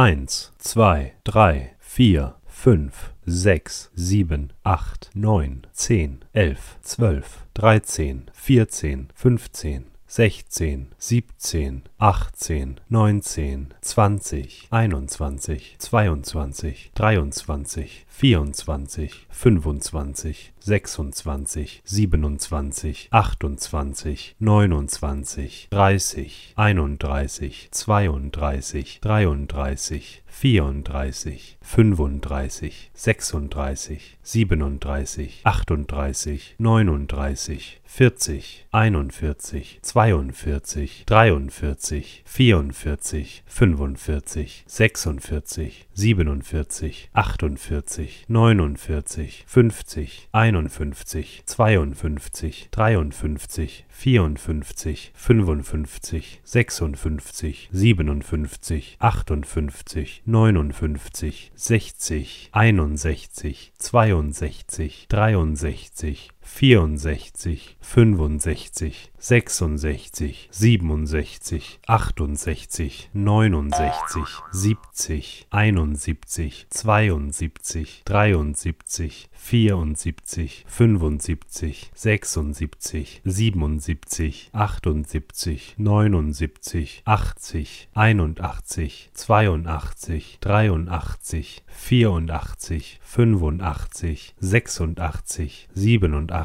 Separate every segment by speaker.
Speaker 1: Eins, zwei, drei, vier, fünf, sechs, sieben, acht, neun, zehn, elf, zwölf, dreizehn, vierzehn, fünfzehn, sechzehn, siebzehn, achtzehn, neunzehn, zwanzig, einundzwanzig, zweiundzwanzig, dreiundzwanzig, vierundzwanzig, fünfundzwanzig, sechsundzwanzig, siebenundzwanzig, achtundzwanzig, neunundzwanzig, dreißig, einunddreißig, zweiunddreißig, dreiunddreißig, vierunddreißig, fünfunddreißig, sechsunddreißig, siebenunddreißig, achtunddreißig, neununddreißig, vierzig, einundvierzig, zweiundvierzig, dreiundvierzig, vierundvierzig, fünfundvierzig, sechsundvierzig, siebenundvierzig, achtundvierzig, neunundvierzig, fünfzig, einundfünfzig, zweiundfünfzig, dreiundfünfzig, vierundfünfzig, fünfundfünfzig, sechsundfünfzig, siebenundfünfzig, achtundfünfzig, neunundfünfzig, sechzig, einundsechzig, zweiundsechzig, dreiundsechzig, 64, 65, 66, 67, 68, 69, 70, 71, 72, 73, 74, 75, 76, 77, 78, 79, 80, 81, 82, 83, 84, 85, 86, 87,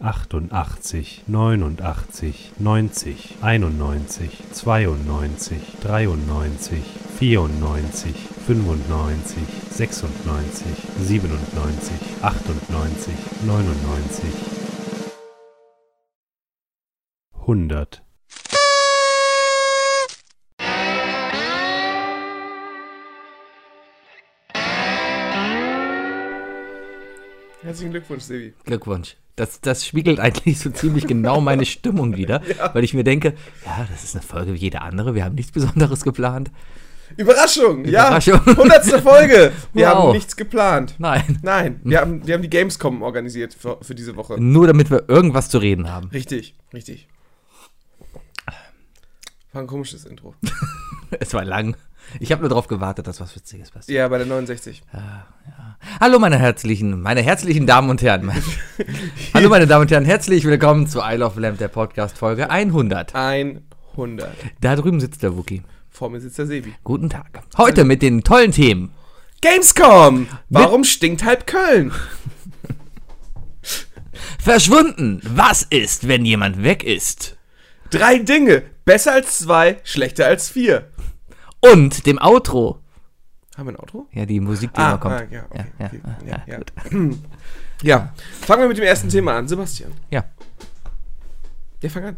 Speaker 1: 87, 88, 89, 90, 91, 92, 93, 94, 95, 96, 97, 98, 99, 100.
Speaker 2: Herzlichen Glückwunsch, Sebi.
Speaker 3: Glückwunsch. Das, das spiegelt eigentlich so ziemlich genau meine Stimmung wieder, weil ich mir denke, ja, das ist eine Folge wie jede andere, wir haben nichts Besonderes geplant.
Speaker 2: Überraschung!
Speaker 3: Überraschung.
Speaker 2: Ja, 100. Folge! Wir
Speaker 3: Wow.
Speaker 2: haben nichts geplant.
Speaker 3: Nein.
Speaker 2: Nein, wir haben, wir haben die Gamescom organisiert für, für diese Woche.
Speaker 3: Nur damit wir irgendwas zu reden haben.
Speaker 2: Richtig, richtig. War ein komisches Intro.
Speaker 3: Es war lang. Ich habe nur darauf gewartet, dass was Witziges passiert.
Speaker 2: Ja, bei der 69.
Speaker 3: Hallo meine herzlichen, meine herzlichen Damen und Herren. Hallo meine Damen und Herren, herzlich willkommen zu Isle of Lamp, der Podcast Folge 100.
Speaker 2: 100.
Speaker 3: Da drüben sitzt der Wookie.
Speaker 2: Vor mir sitzt der Sebi.
Speaker 3: Guten Tag. Heute mit den tollen Themen.
Speaker 2: Gamescom! Warum stinkt halb Köln?
Speaker 3: Verschwunden. Was ist, wenn jemand weg ist?
Speaker 2: Drei Dinge. Besser als zwei, schlechter als vier.
Speaker 3: Und dem Outro.
Speaker 2: Haben wir ein Outro?
Speaker 3: Ja, die Musik,
Speaker 2: Ah,
Speaker 3: die immer kommt.
Speaker 2: ja,
Speaker 3: Ja,
Speaker 2: okay,
Speaker 3: ja,
Speaker 2: okay.
Speaker 3: ah,
Speaker 2: ja,
Speaker 3: ah,
Speaker 2: ja. ja, fangen wir mit dem ersten Thema an. Sebastian,
Speaker 3: ja.
Speaker 2: ja, fang an.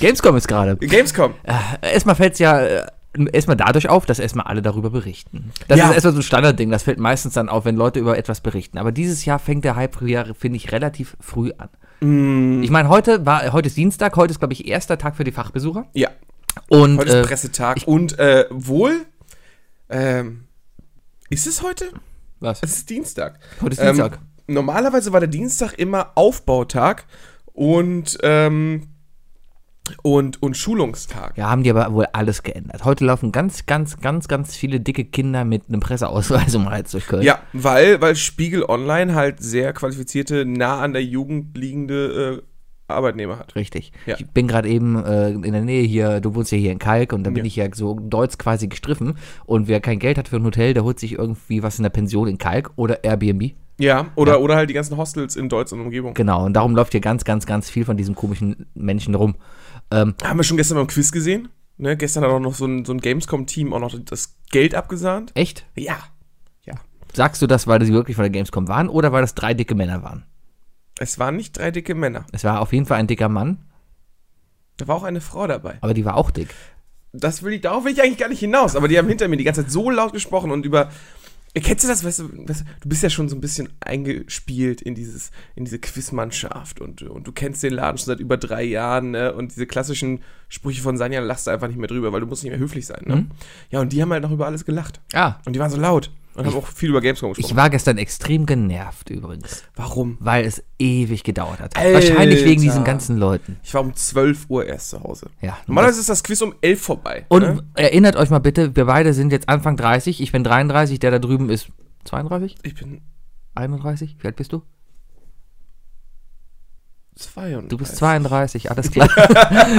Speaker 3: Gamescom ist gerade.
Speaker 2: Gamescom.
Speaker 3: Äh, Erstmal fällt es ja äh, erstmal dadurch auf, dass erstmal alle darüber berichten. Das
Speaker 2: Ja.
Speaker 3: ist erstmal so ein Standardding. Das fällt meistens dann auf, wenn Leute über etwas berichten. Aber dieses Jahr fängt der Hype, ja, finde ich, relativ früh an.
Speaker 2: Mm.
Speaker 3: Ich meine, heute war heute ist Dienstag, heute ist, glaube ich, erster Tag für die Fachbesucher.
Speaker 2: Ja,
Speaker 3: Und
Speaker 2: heute
Speaker 3: äh,
Speaker 2: ist Pressetag. Und äh, wohl, ähm, ist es heute?
Speaker 3: was?
Speaker 2: Es ist Dienstag.
Speaker 3: Heute ist
Speaker 2: Ähm,
Speaker 3: Dienstag.
Speaker 2: Normalerweise war der Dienstag immer Aufbautag und, ähm, und, und Schulungstag.
Speaker 3: Ja, haben die aber wohl alles geändert. Heute laufen ganz, ganz, ganz, ganz viele dicke Kinder mit einem Presseausweis um den Hals durch Köln.
Speaker 2: Ja, weil, weil Spiegel Online halt sehr qualifizierte, nah an der Jugend liegende äh, Arbeitnehmer hat.
Speaker 3: Richtig.
Speaker 2: Ja.
Speaker 3: Ich bin gerade eben äh, in der Nähe hier, du wohnst ja hier in Kalk und da
Speaker 2: Ja.
Speaker 3: bin ich ja so deutsch quasi gestriffen. Und wer kein Geld hat für ein Hotel, der holt sich irgendwie was in der Pension in Kalk oder Airbnb.
Speaker 2: Ja, oder, oder halt die ganzen Hostels in Deutsch und Umgebung.
Speaker 3: Genau, und darum läuft hier ganz, ganz, ganz viel von diesem komischen Menschen rum. Ähm,
Speaker 2: Haben wir schon gestern beim Quiz gesehen? Ne, gestern hat auch noch so ein, so ein Gamescom-Team auch noch das Geld abgesahnt.
Speaker 3: echt?
Speaker 2: Ja. Ja.
Speaker 3: Sagst du das, weil sie wirklich von der Gamescom waren oder weil das drei dicke Männer waren?
Speaker 2: Es waren nicht drei dicke Männer.
Speaker 3: Es war auf jeden Fall ein dicker Mann,
Speaker 2: Da war auch eine Frau dabei.
Speaker 3: aber die war auch dick.
Speaker 2: Das will ich, darauf will ich eigentlich gar nicht hinaus, aber die haben hinter mir die ganze Zeit so laut gesprochen und über. Kennst du das? Weißt du, weißt du, du bist ja schon so ein bisschen eingespielt in, dieses, in diese Quizmannschaft und, und du kennst den Laden schon seit über drei Jahren ne? und diese klassischen Sprüche von Sanja, lass da einfach nicht mehr drüber, weil du musst nicht mehr höflich sein. Ne? Ja, und die haben halt noch über alles gelacht.
Speaker 3: Ah,
Speaker 2: Und die waren so laut. Und haben auch viel über Gamescom gesprochen.
Speaker 3: Ich war gestern extrem genervt übrigens,
Speaker 2: Warum?
Speaker 3: weil es ewig gedauert hat.
Speaker 2: Alter.
Speaker 3: Wahrscheinlich wegen diesen ganzen Leuten.
Speaker 2: Ich war um 12 Uhr erst zu Hause.
Speaker 3: Ja.
Speaker 2: Normalerweise ist das Quiz um 11 vorbei.
Speaker 3: Und
Speaker 2: ne?
Speaker 3: erinnert euch mal bitte, wir beide sind jetzt Anfang 30, ich bin 33, der da drüben ist 32,
Speaker 2: ich bin
Speaker 3: 31, wie alt bist du?
Speaker 2: 32.
Speaker 3: Du bist 32, alles klar.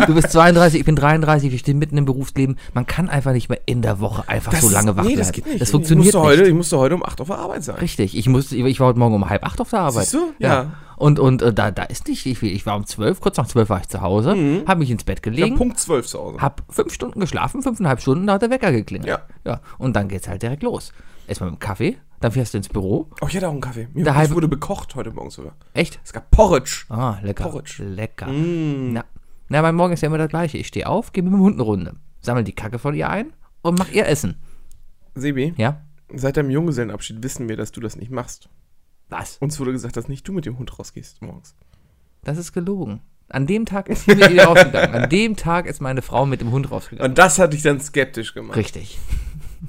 Speaker 3: du bist 32, ich bin 33, wir stehen mitten im Berufsleben. Man kann einfach nicht mehr in der Woche einfach so lange wach
Speaker 2: Nee,
Speaker 3: bleiben.
Speaker 2: das geht nicht.
Speaker 3: Das funktioniert
Speaker 2: ich musste, Heute,
Speaker 3: nicht.
Speaker 2: ich musste heute um 8 auf der Arbeit sein.
Speaker 3: Richtig, ich, musste, ich war heute Morgen um halb acht auf der Arbeit.
Speaker 2: Siehst du?
Speaker 3: Ja.
Speaker 2: Ja.
Speaker 3: Und, und äh, da, da ist nicht viel. Ich war um zwölf, kurz nach zwölf war ich zu Hause,
Speaker 2: Mhm.
Speaker 3: habe mich ins Bett
Speaker 2: Ich hab
Speaker 3: gelegen,
Speaker 2: Punkt 12 zu Hause.
Speaker 3: habe fünf Stunden geschlafen, fünfeinhalb Stunden, da hat der Wecker geklingelt.
Speaker 2: Ja.
Speaker 3: ja. Und dann geht's halt direkt los. Erstmal mit dem Kaffee, dann fährst du ins Büro.
Speaker 2: Oh, ich hatte auch einen Kaffee. Mir
Speaker 3: Der
Speaker 2: ich
Speaker 3: halbe-
Speaker 2: wurde bekocht heute Morgen sogar.
Speaker 3: Echt?
Speaker 2: Es gab Porridge.
Speaker 3: Ah, lecker.
Speaker 2: Porridge. Mm.
Speaker 3: Lecker. Na, na, mein Morgen ist ja immer das gleiche. Ich stehe auf, gehe mit dem Hund eine Runde, sammle die Kacke von ihr ein und mach ihr Essen.
Speaker 2: Sebi,
Speaker 3: Ja?
Speaker 2: seit deinem Junggesellenabschied wissen wir, dass du das nicht machst.
Speaker 3: Was?
Speaker 2: Uns wurde gesagt, dass nicht du mit dem Hund rausgehst morgens.
Speaker 3: Das ist gelogen. An dem Tag ist sie mit ihr rausgegangen. An dem Tag ist meine Frau mit dem Hund rausgegangen.
Speaker 2: Und das hat dich dann skeptisch gemacht.
Speaker 3: Richtig.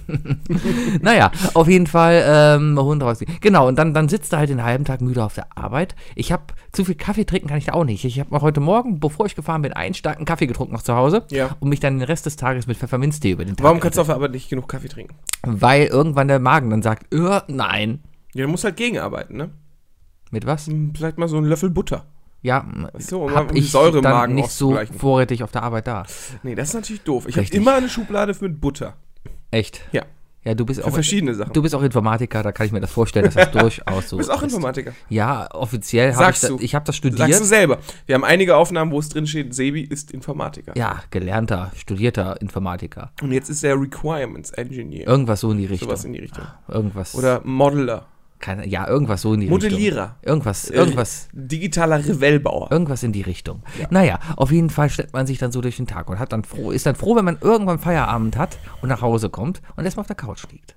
Speaker 3: naja, auf jeden Fall ähm, Hund rausgehen. Genau, und dann, dann sitzt er halt den halben Tag müde auf der Arbeit. Ich habe zu viel Kaffee trinken kann ich da auch nicht. Ich habe heute Morgen, bevor ich gefahren bin, einen starken Kaffee getrunken noch zu Hause
Speaker 2: Ja.
Speaker 3: und mich dann den Rest des Tages mit Pfefferminztee über den Tag
Speaker 2: Warum kannst du auf der Arbeit nicht genug Kaffee trinken?
Speaker 3: Weil irgendwann der Magen dann sagt, äh, nein.
Speaker 2: Ja, du musst halt gegenarbeiten, ne?
Speaker 3: Mit was?
Speaker 2: Hm, Vielleicht mal so einen Löffel Butter.
Speaker 3: Ja,
Speaker 2: so,
Speaker 3: so,
Speaker 2: um-
Speaker 3: hab
Speaker 2: um die
Speaker 3: ich
Speaker 2: Säure im
Speaker 3: dann
Speaker 2: Magen
Speaker 3: nicht so
Speaker 2: auszugleichen.
Speaker 3: vorrätig auf der Arbeit da.
Speaker 2: Nee, das ist natürlich doof. Ich habe
Speaker 3: Richtig.
Speaker 2: immer eine Schublade mit Butter.
Speaker 3: Echt?
Speaker 2: Ja,
Speaker 3: Ja, du bist
Speaker 2: für
Speaker 3: auch
Speaker 2: verschiedene Sachen.
Speaker 3: du bist auch Informatiker, da kann ich mir das vorstellen, dass das durchaus so
Speaker 2: Du bist auch
Speaker 3: ist.
Speaker 2: Informatiker.
Speaker 3: Ja, offiziell habe ich
Speaker 2: Sagst
Speaker 3: das,
Speaker 2: du.
Speaker 3: ich habe das studiert.
Speaker 2: Sagst du selber. Wir haben einige Aufnahmen, wo es drin steht, Sebi ist Informatiker.
Speaker 3: Ja, gelernter, studierter Informatiker.
Speaker 2: Und jetzt ist er Requirements Engineer.
Speaker 3: Irgendwas so in die Richtung.
Speaker 2: Sowas in die Richtung.
Speaker 3: Ah, Irgendwas.
Speaker 2: Oder Modeler.
Speaker 3: keine, ja, irgendwas so in die Richtung.
Speaker 2: Modellierer.
Speaker 3: Irgendwas, irgendwas.
Speaker 2: Äh, digitaler Revellbauer.
Speaker 3: Irgendwas in die Richtung. Naja, auf jeden Fall schleppt man sich dann so durch den Tag und hat dann froh, ist dann froh, wenn man irgendwann Feierabend hat und nach Hause kommt und erstmal auf der Couch liegt.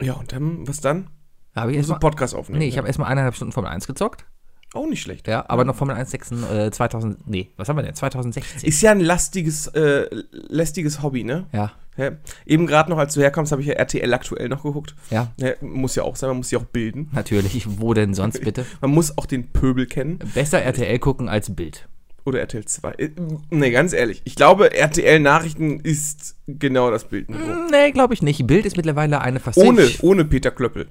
Speaker 2: Ja, und dann, was dann?
Speaker 3: Da habe ich
Speaker 2: Musst du
Speaker 3: erstmal.
Speaker 2: einen Podcast aufnehmen.
Speaker 3: Nee, ich habe erstmal eineinhalb Stunden Formel 1 gezockt.
Speaker 2: Auch nicht schlecht.
Speaker 3: Ja, aber noch Formel 1 6, äh, 2000. Nee, was haben wir denn? 2016.
Speaker 2: Ist ja ein lastiges, äh, lästiges Hobby, ne?
Speaker 3: ja,
Speaker 2: Ja. Eben gerade noch, als du herkommst, habe ich ja RTL aktuell noch geguckt.
Speaker 3: ja,
Speaker 2: Ja, muss ja auch sein, man muss sich auch bilden.
Speaker 3: natürlich. Wo denn sonst bitte?
Speaker 2: Man muss auch den Pöbel kennen.
Speaker 3: Besser RTL gucken als Bild.
Speaker 2: Oder RTL 2. Äh, Nee, ganz ehrlich. Ich glaube, RTL Nachrichten ist genau das Bildniveau.
Speaker 3: Nee, glaube ich nicht. Bild ist mittlerweile eine Facette.
Speaker 2: Ohne, ohne Peter Klöppel.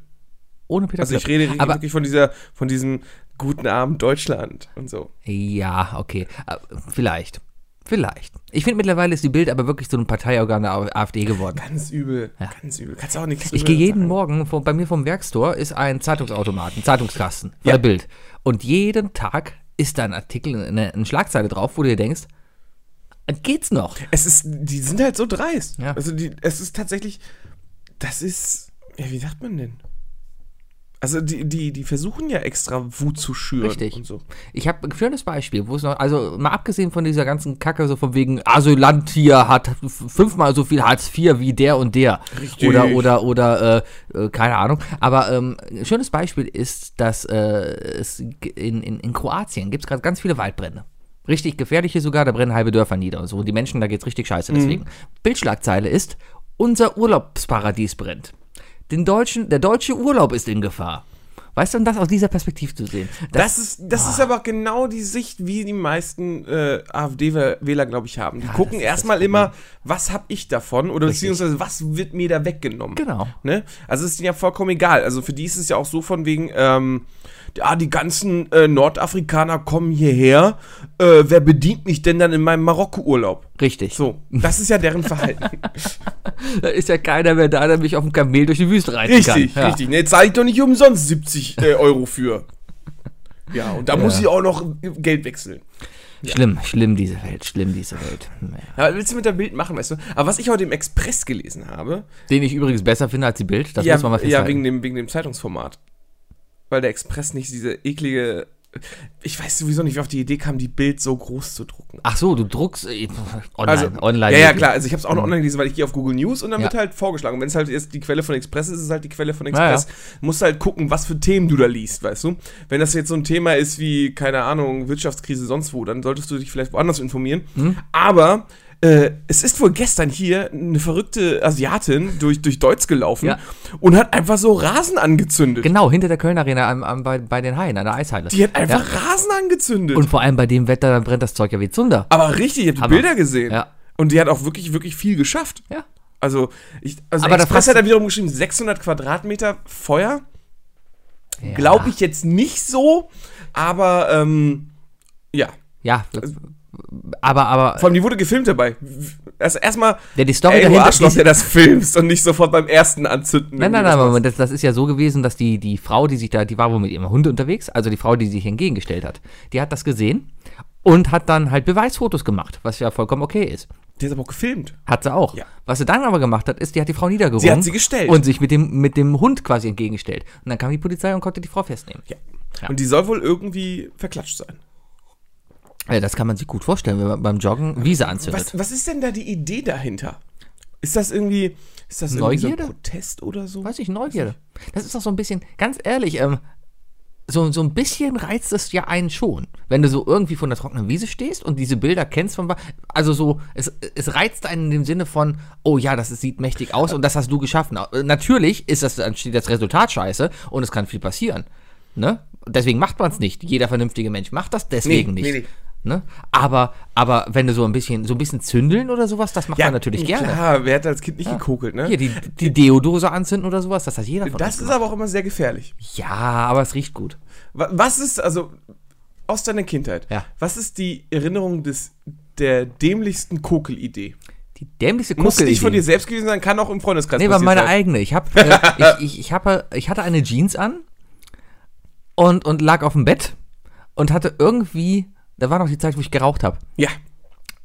Speaker 3: Ohne Peter
Speaker 2: Also ich
Speaker 3: Klöppel.
Speaker 2: rede
Speaker 3: Aber
Speaker 2: wirklich von dieser, von diesem guten Abend Deutschland und so.
Speaker 3: ja, okay. Äh, Vielleicht. Vielleicht. Ich finde mittlerweile ist die Bild aber wirklich so ein Parteiorgan der AfD geworden.
Speaker 2: Ganz übel, ganz übel. Kannst auch nichts
Speaker 3: Ich
Speaker 2: drüber
Speaker 3: gehe jeden
Speaker 2: sagen.
Speaker 3: Morgen, vor, bei mir vom Werkstor ist ein Zeitungsautomat, ein Zeitungskasten von
Speaker 2: Ja.
Speaker 3: der Bild. Und jeden Tag ist da ein Artikel, eine, eine Schlagzeile drauf, wo du dir denkst, äh, geht's noch?
Speaker 2: Es ist, die sind halt so dreist.
Speaker 3: Ja.
Speaker 2: Also die, es ist tatsächlich, das ist, ja, wie sagt man denn? Also die, die, die versuchen ja extra Wut zu schüren
Speaker 3: Richtig.
Speaker 2: und so.
Speaker 3: Ich habe ein schönes Beispiel, wo es noch, also mal abgesehen von dieser ganzen Kacke, so von wegen Asylant hier hat f- fünfmal so viel Hartz IV wie der und der.
Speaker 2: Richtig.
Speaker 3: Oder, oder, oder, äh, äh, keine Ahnung. Aber ähm, ein schönes Beispiel ist, dass äh, es g- in, in, in Kroatien gibt es gerade ganz viele Waldbrände. Richtig gefährliche sogar, da brennen halbe Dörfer nieder und so. Und die Menschen, da geht's richtig
Speaker 2: Mhm.
Speaker 3: scheiße. Deswegen, Bildschlagzeile ist, unser Urlaubsparadies brennt. Den deutschen, der deutsche Urlaub ist in Gefahr. Weißt du, um das aus dieser Perspektive zu sehen. Das- Ah.
Speaker 2: Das ist, das ist aber genau die Sicht, wie die meisten äh, AfD-Wähler, glaube ich, haben. Die gucken erstmal immer, was habe ich davon oder beziehungsweise was wird mir da weggenommen.
Speaker 3: Genau.
Speaker 2: Ne? Also es ist ihnen ja vollkommen egal. Also für die ist es ja auch so von wegen, ähm, ja, die ganzen äh, Nordafrikaner kommen hierher. Äh, wer bedient mich denn dann in meinem Marokko-Urlaub?
Speaker 3: Richtig.
Speaker 2: So, das ist ja deren Verhalten.
Speaker 3: Da ist ja keiner mehr da, der mich auf dem Kamel durch die Wüste reiten kann.
Speaker 2: richtig,
Speaker 3: ja.
Speaker 2: richtig. Ne, zahle ich doch nicht umsonst 70 äh, Euro für. Ja, und da muss ich auch noch Geld wechseln.
Speaker 3: Schlimm, schlimm diese Welt, schlimm diese Welt.
Speaker 2: Ja, was willst du mit der Bild machen, weißt du? Aber was ich heute im Express gelesen habe,
Speaker 3: Den ich übrigens besser finde als die Bild, das
Speaker 2: ja,
Speaker 3: muss man mal
Speaker 2: ja wegen,
Speaker 3: festhalten.
Speaker 2: dem, wegen dem Zeitungsformat. Weil der Express nicht diese eklige. Ich weiß sowieso nicht, wie auf die Idee kam, die Bild so groß zu drucken.
Speaker 3: Ach so, du druckst äh, online,
Speaker 2: Also,
Speaker 3: online. Mhm.
Speaker 2: ja, ja, klar. Also, ich habe es auch noch online gelesen, weil ich gehe auf Google News und dann
Speaker 3: Ja.
Speaker 2: wird halt vorgeschlagen. Und wenn es halt jetzt die Quelle von Express ist, ist es halt die Quelle von
Speaker 3: Ja,
Speaker 2: Express. Musst halt gucken, was für Themen du da liest, weißt du? Wenn das jetzt so ein Thema
Speaker 3: Mhm.
Speaker 2: ist wie, keine Ahnung, Wirtschaftskrise, sonst wo, dann solltest du dich vielleicht woanders informieren. Aber äh, es ist wohl gestern hier eine verrückte Asiatin durch, durch Deutsch gelaufen
Speaker 3: Ja.
Speaker 2: und hat einfach so Rasen angezündet.
Speaker 3: Genau, hinter der Köln Arena am, am, bei, bei den Haien, an der Eishalle.
Speaker 2: Die hat einfach
Speaker 3: Ja.
Speaker 2: Rasen angezündet.
Speaker 3: Und vor allem bei dem Wetter dann brennt das Zeug ja wie Zunder.
Speaker 2: aber richtig, ich habe die
Speaker 3: Hammer.
Speaker 2: Bilder gesehen.
Speaker 3: Ja.
Speaker 2: Und die hat auch wirklich, wirklich viel geschafft.
Speaker 3: Ja.
Speaker 2: Also, ich, also
Speaker 3: Aber da
Speaker 2: Express
Speaker 3: fragst
Speaker 2: hat
Speaker 3: du-
Speaker 2: da wiederum geschrieben, 600 Quadratmeter Feuer.
Speaker 3: ja.
Speaker 2: Glaube ich jetzt nicht so, aber ähm, ja.
Speaker 3: Ja. Aber, aber,
Speaker 2: Vor allem, die wurde gefilmt dabei. Also erstmal,
Speaker 3: ja, die Story
Speaker 2: ey, du
Speaker 3: dahinter.
Speaker 2: Arschloch,
Speaker 3: die,
Speaker 2: der das filmst und nicht sofort beim ersten anzünden.
Speaker 3: Nein, nein,
Speaker 2: irgendwie
Speaker 3: nein,
Speaker 2: was
Speaker 3: aber das, das ist ja so gewesen, dass die, die Frau, die sich da, die war wohl mit ihrem Hund unterwegs, also die Frau, die sich entgegengestellt hat, die hat das gesehen und hat dann halt Beweisfotos gemacht, was ja vollkommen okay ist.
Speaker 2: machst. Der ist aber auch gefilmt.
Speaker 3: Hat sie auch.
Speaker 2: Ja.
Speaker 3: Was sie dann aber gemacht hat, ist, die hat die Frau niedergerungen.
Speaker 2: Sie hat sie gestellt.
Speaker 3: Und sich mit dem, mit dem Hund quasi entgegengestellt. Und dann kam die Polizei und konnte die Frau festnehmen.
Speaker 2: Ja.
Speaker 3: Ja.
Speaker 2: Und die soll wohl irgendwie verklatscht sein.
Speaker 3: Ja, das kann man sich gut vorstellen, wenn man beim Joggen Wiese anzündet.
Speaker 2: Was, was ist denn da die Idee dahinter? Ist das irgendwie, ist das irgendwie so ein
Speaker 3: Neugierde?
Speaker 2: Protest oder so?
Speaker 3: Weiß ich, Neugierde. Das ist doch so ein bisschen, ganz ehrlich, ähm, so, so ein bisschen reizt es ja einen schon. Wenn du so irgendwie von der trockenen Wiese stehst und diese Bilder kennst von, also so, es, es reizt einen in dem Sinne von, oh ja, das sieht mächtig aus und das hast du geschaffen. Äh, Natürlich ist das, dann steht das Resultat scheiße und es kann viel passieren. Ne? Deswegen macht man es nicht. Jeder vernünftige Mensch macht das deswegen
Speaker 2: Nee,
Speaker 3: nicht.
Speaker 2: nee, nee.
Speaker 3: Ne? Aber, aber wenn du so ein bisschen, so ein bisschen zündeln oder sowas, das macht man natürlich gerne.
Speaker 2: Klar, wer hat als Kind nicht gekokelt, ne?
Speaker 3: Hier, die, die Deodose anzünden oder sowas, das hat jeder von
Speaker 2: das
Speaker 3: uns
Speaker 2: ist aber auch immer sehr gefährlich.
Speaker 3: gemacht. Ja, aber es riecht gut.
Speaker 2: Wa- Was ist, also, aus deiner Kindheit,
Speaker 3: Ja.
Speaker 2: was ist die Erinnerung des, der dämlichsten Kokel-Idee?
Speaker 3: Die dämlichste
Speaker 2: Muss
Speaker 3: Kuckel-
Speaker 2: nicht von dir selbst gewesen sein, kann auch im Freundeskreis
Speaker 3: Nee, war
Speaker 2: passiert
Speaker 3: meine
Speaker 2: sein.
Speaker 3: eigene. Ich, hab, äh, ich, ich, ich, hab, äh, ich hatte eine Jeans an und, und lag auf dem Bett und hatte irgendwie, da war noch die Zeit, wo ich geraucht habe.
Speaker 2: Ja.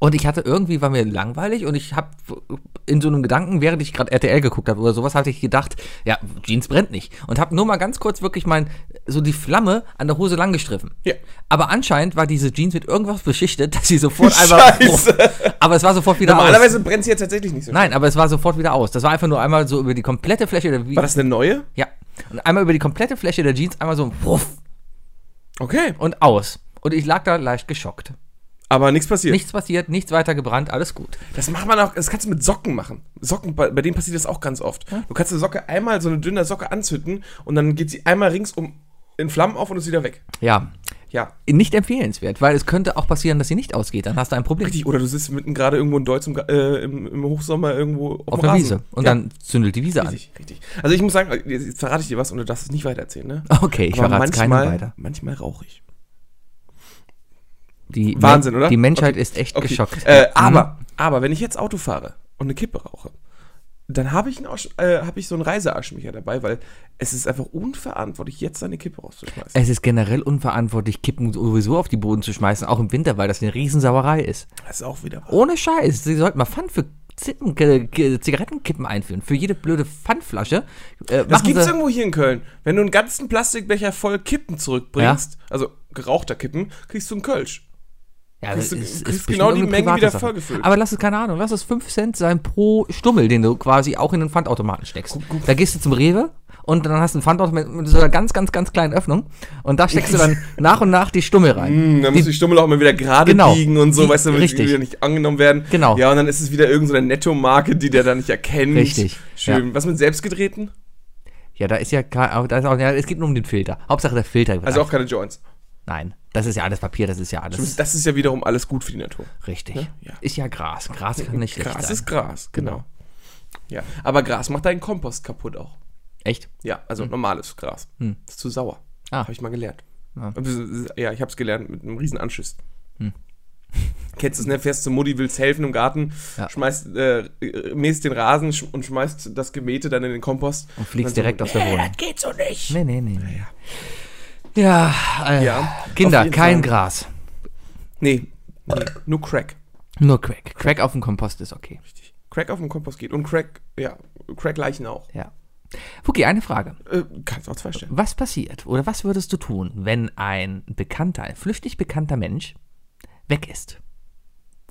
Speaker 3: Und ich hatte irgendwie, war mir langweilig und ich habe in so einem Gedanken, während ich gerade RTL geguckt habe oder sowas, hatte ich gedacht, ja, Jeans brennt nicht. Und habe nur mal ganz kurz wirklich mein, so die Flamme an der Hose lang gestriffen.
Speaker 2: Ja.
Speaker 3: Aber anscheinend war diese Jeans mit irgendwas beschichtet, dass sie sofort einfach.
Speaker 2: Scheiße.
Speaker 3: Aber es war sofort wieder aus.
Speaker 2: Normalerweise brennt sie ja tatsächlich nicht so.
Speaker 3: Nein, aber es war sofort wieder aus. Das war einfach nur einmal so über die komplette Fläche der
Speaker 2: War
Speaker 3: Jeans.
Speaker 2: das eine neue?
Speaker 3: Ja. Und einmal über die komplette Fläche der Jeans, einmal so ein Wuff
Speaker 2: Okay.
Speaker 3: und aus. Und ich lag da leicht geschockt.
Speaker 2: Aber nichts passiert.
Speaker 3: Nichts passiert, nichts weiter gebrannt, alles gut.
Speaker 2: Das macht man auch, das kannst du mit Socken machen. Socken, bei, bei denen passiert das auch ganz oft. Du kannst eine Socke einmal, so eine dünne Socke anzünden und dann geht sie einmal ringsum in Flammen auf und ist wieder weg.
Speaker 3: Ja.
Speaker 2: Ja.
Speaker 3: nicht empfehlenswert, weil es könnte auch passieren, dass sie nicht ausgeht. Dann hast du ein Problem.
Speaker 2: Richtig. Oder du sitzt mitten gerade irgendwo in Deutsch im, Ga- äh, im, im Hochsommer irgendwo auf,
Speaker 3: Auf
Speaker 2: dem
Speaker 3: der
Speaker 2: Rasen.
Speaker 3: Wiese. Und
Speaker 2: ja.
Speaker 3: dann zündelt die Wiese
Speaker 2: Richtig, richtig. Also ich muss sagen, jetzt jetzt verrate ich dir was und du darfst es nicht weitererzählen, ne?
Speaker 3: an. Okay, ich
Speaker 2: Aber
Speaker 3: verrate es keinem
Speaker 2: manchmal-
Speaker 3: weiter.
Speaker 2: Manchmal rauche ich.
Speaker 3: Die
Speaker 2: Wahnsinn,
Speaker 3: Men-
Speaker 2: oder?
Speaker 3: Die Menschheit ist echt
Speaker 2: Okay.
Speaker 3: geschockt.
Speaker 2: Äh,
Speaker 3: Mhm.
Speaker 2: aber, aber wenn ich jetzt Auto fahre und eine Kippe rauche, dann habe ich, einen Asch- äh, hab ich so einen Reiseaschenbecher dabei, weil es ist einfach unverantwortlich, jetzt eine Kippe rauszuschmeißen.
Speaker 3: Es ist generell unverantwortlich, Kippen sowieso auf die Boden zu schmeißen, auch im Winter, weil das eine Riesensauerei ist.
Speaker 2: Das ist auch wieder was.
Speaker 3: Ohne Scheiß. Sie sollten mal Pfand für Zippen, K- K- Zigarettenkippen einführen. Für jede blöde Pfandflasche. Äh,
Speaker 2: Das
Speaker 3: machen
Speaker 2: gibt es
Speaker 3: sie-
Speaker 2: irgendwo hier in Köln. Wenn du einen ganzen Plastikbecher voll Kippen zurückbringst, also gerauchter Kippen, kriegst du einen Kölsch.
Speaker 3: ja,
Speaker 2: kriegst
Speaker 3: das
Speaker 2: du-
Speaker 3: ist,
Speaker 2: kriegst
Speaker 3: ist
Speaker 2: genau
Speaker 3: bestimmt
Speaker 2: die
Speaker 3: irgendeine
Speaker 2: Menge
Speaker 3: private
Speaker 2: wieder
Speaker 3: Sache.
Speaker 2: vollgefüllt.
Speaker 3: Aber lass es, keine Ahnung, lass es 5 Cent sein pro Stummel, den du quasi auch in den Pfandautomaten steckst. Da gehst du zum Rewe und dann hast du einen Pfandautomaten mit so einer ganz, ganz, ganz kleinen Öffnung und da steckst du dann nach und nach die Stummel rein.
Speaker 2: Hm, dann muss die Stummel auch mal wieder gerade
Speaker 3: Genau.
Speaker 2: biegen und so,
Speaker 3: Die-
Speaker 2: weißt du, damit die
Speaker 3: richtig.
Speaker 2: wieder nicht angenommen werden.
Speaker 3: Genau.
Speaker 2: Ja, und dann ist es wieder irgendeine Nettomarke, die der da nicht erkennt.
Speaker 3: Richtig,
Speaker 2: Schön. Was mit selbstgedrehten?
Speaker 3: Ja, da ist ja, kein- aber da ist auch, ja, es geht nur um den Filter. Hauptsache der Filter. wird
Speaker 2: Also
Speaker 3: ab-
Speaker 2: auch keine Joints.
Speaker 3: Nein, das ist ja alles Papier, das ist ja alles
Speaker 2: Das ist ja wiederum alles gut für die Natur.
Speaker 3: richtig.
Speaker 2: Ja.
Speaker 3: Ist ja Gras. Gras kann nicht schlecht
Speaker 2: Gras
Speaker 3: sein.
Speaker 2: ist Gras, genau. Ja, aber Gras macht deinen Kompost kaputt auch.
Speaker 3: Echt?
Speaker 2: Ja, also normales Gras. Ist zu sauer.
Speaker 3: Hm. Ah.
Speaker 2: Habe ich mal gelernt.
Speaker 3: Ah. Hm.
Speaker 2: Ja, ich habe es gelernt mit einem riesen Anschiss. Kennst du es, ne? Fährst zu Mutti, willst helfen im Garten,
Speaker 3: Ja.
Speaker 2: schmeißt, äh, äh, mähst den Rasen sch und schmeißt das Gemähte dann in den Kompost.
Speaker 3: Und fliegst
Speaker 2: dann
Speaker 3: direkt
Speaker 2: so,
Speaker 3: aus der
Speaker 2: nee,
Speaker 3: Wohnung."
Speaker 2: das geht so nicht.
Speaker 3: Nee, nee, nee. nee. Ja, äh,
Speaker 2: Ja, auf
Speaker 3: Kinder,
Speaker 2: jeden
Speaker 3: kein
Speaker 2: Fall.
Speaker 3: Gras.
Speaker 2: Nee, nee, nur Crack.
Speaker 3: Nur Crack. Crack auf dem Kompost ist okay.
Speaker 2: Richtig. Crack auf den Kompost geht und Crack, ja, Crack-Leichen auch.
Speaker 3: Ja. Wookie, eine Frage.
Speaker 2: Äh, kannst auch zwei stellen.
Speaker 3: Was passiert oder was würdest du tun, wenn ein bekannter, ein flüchtig bekannter Mensch weg ist?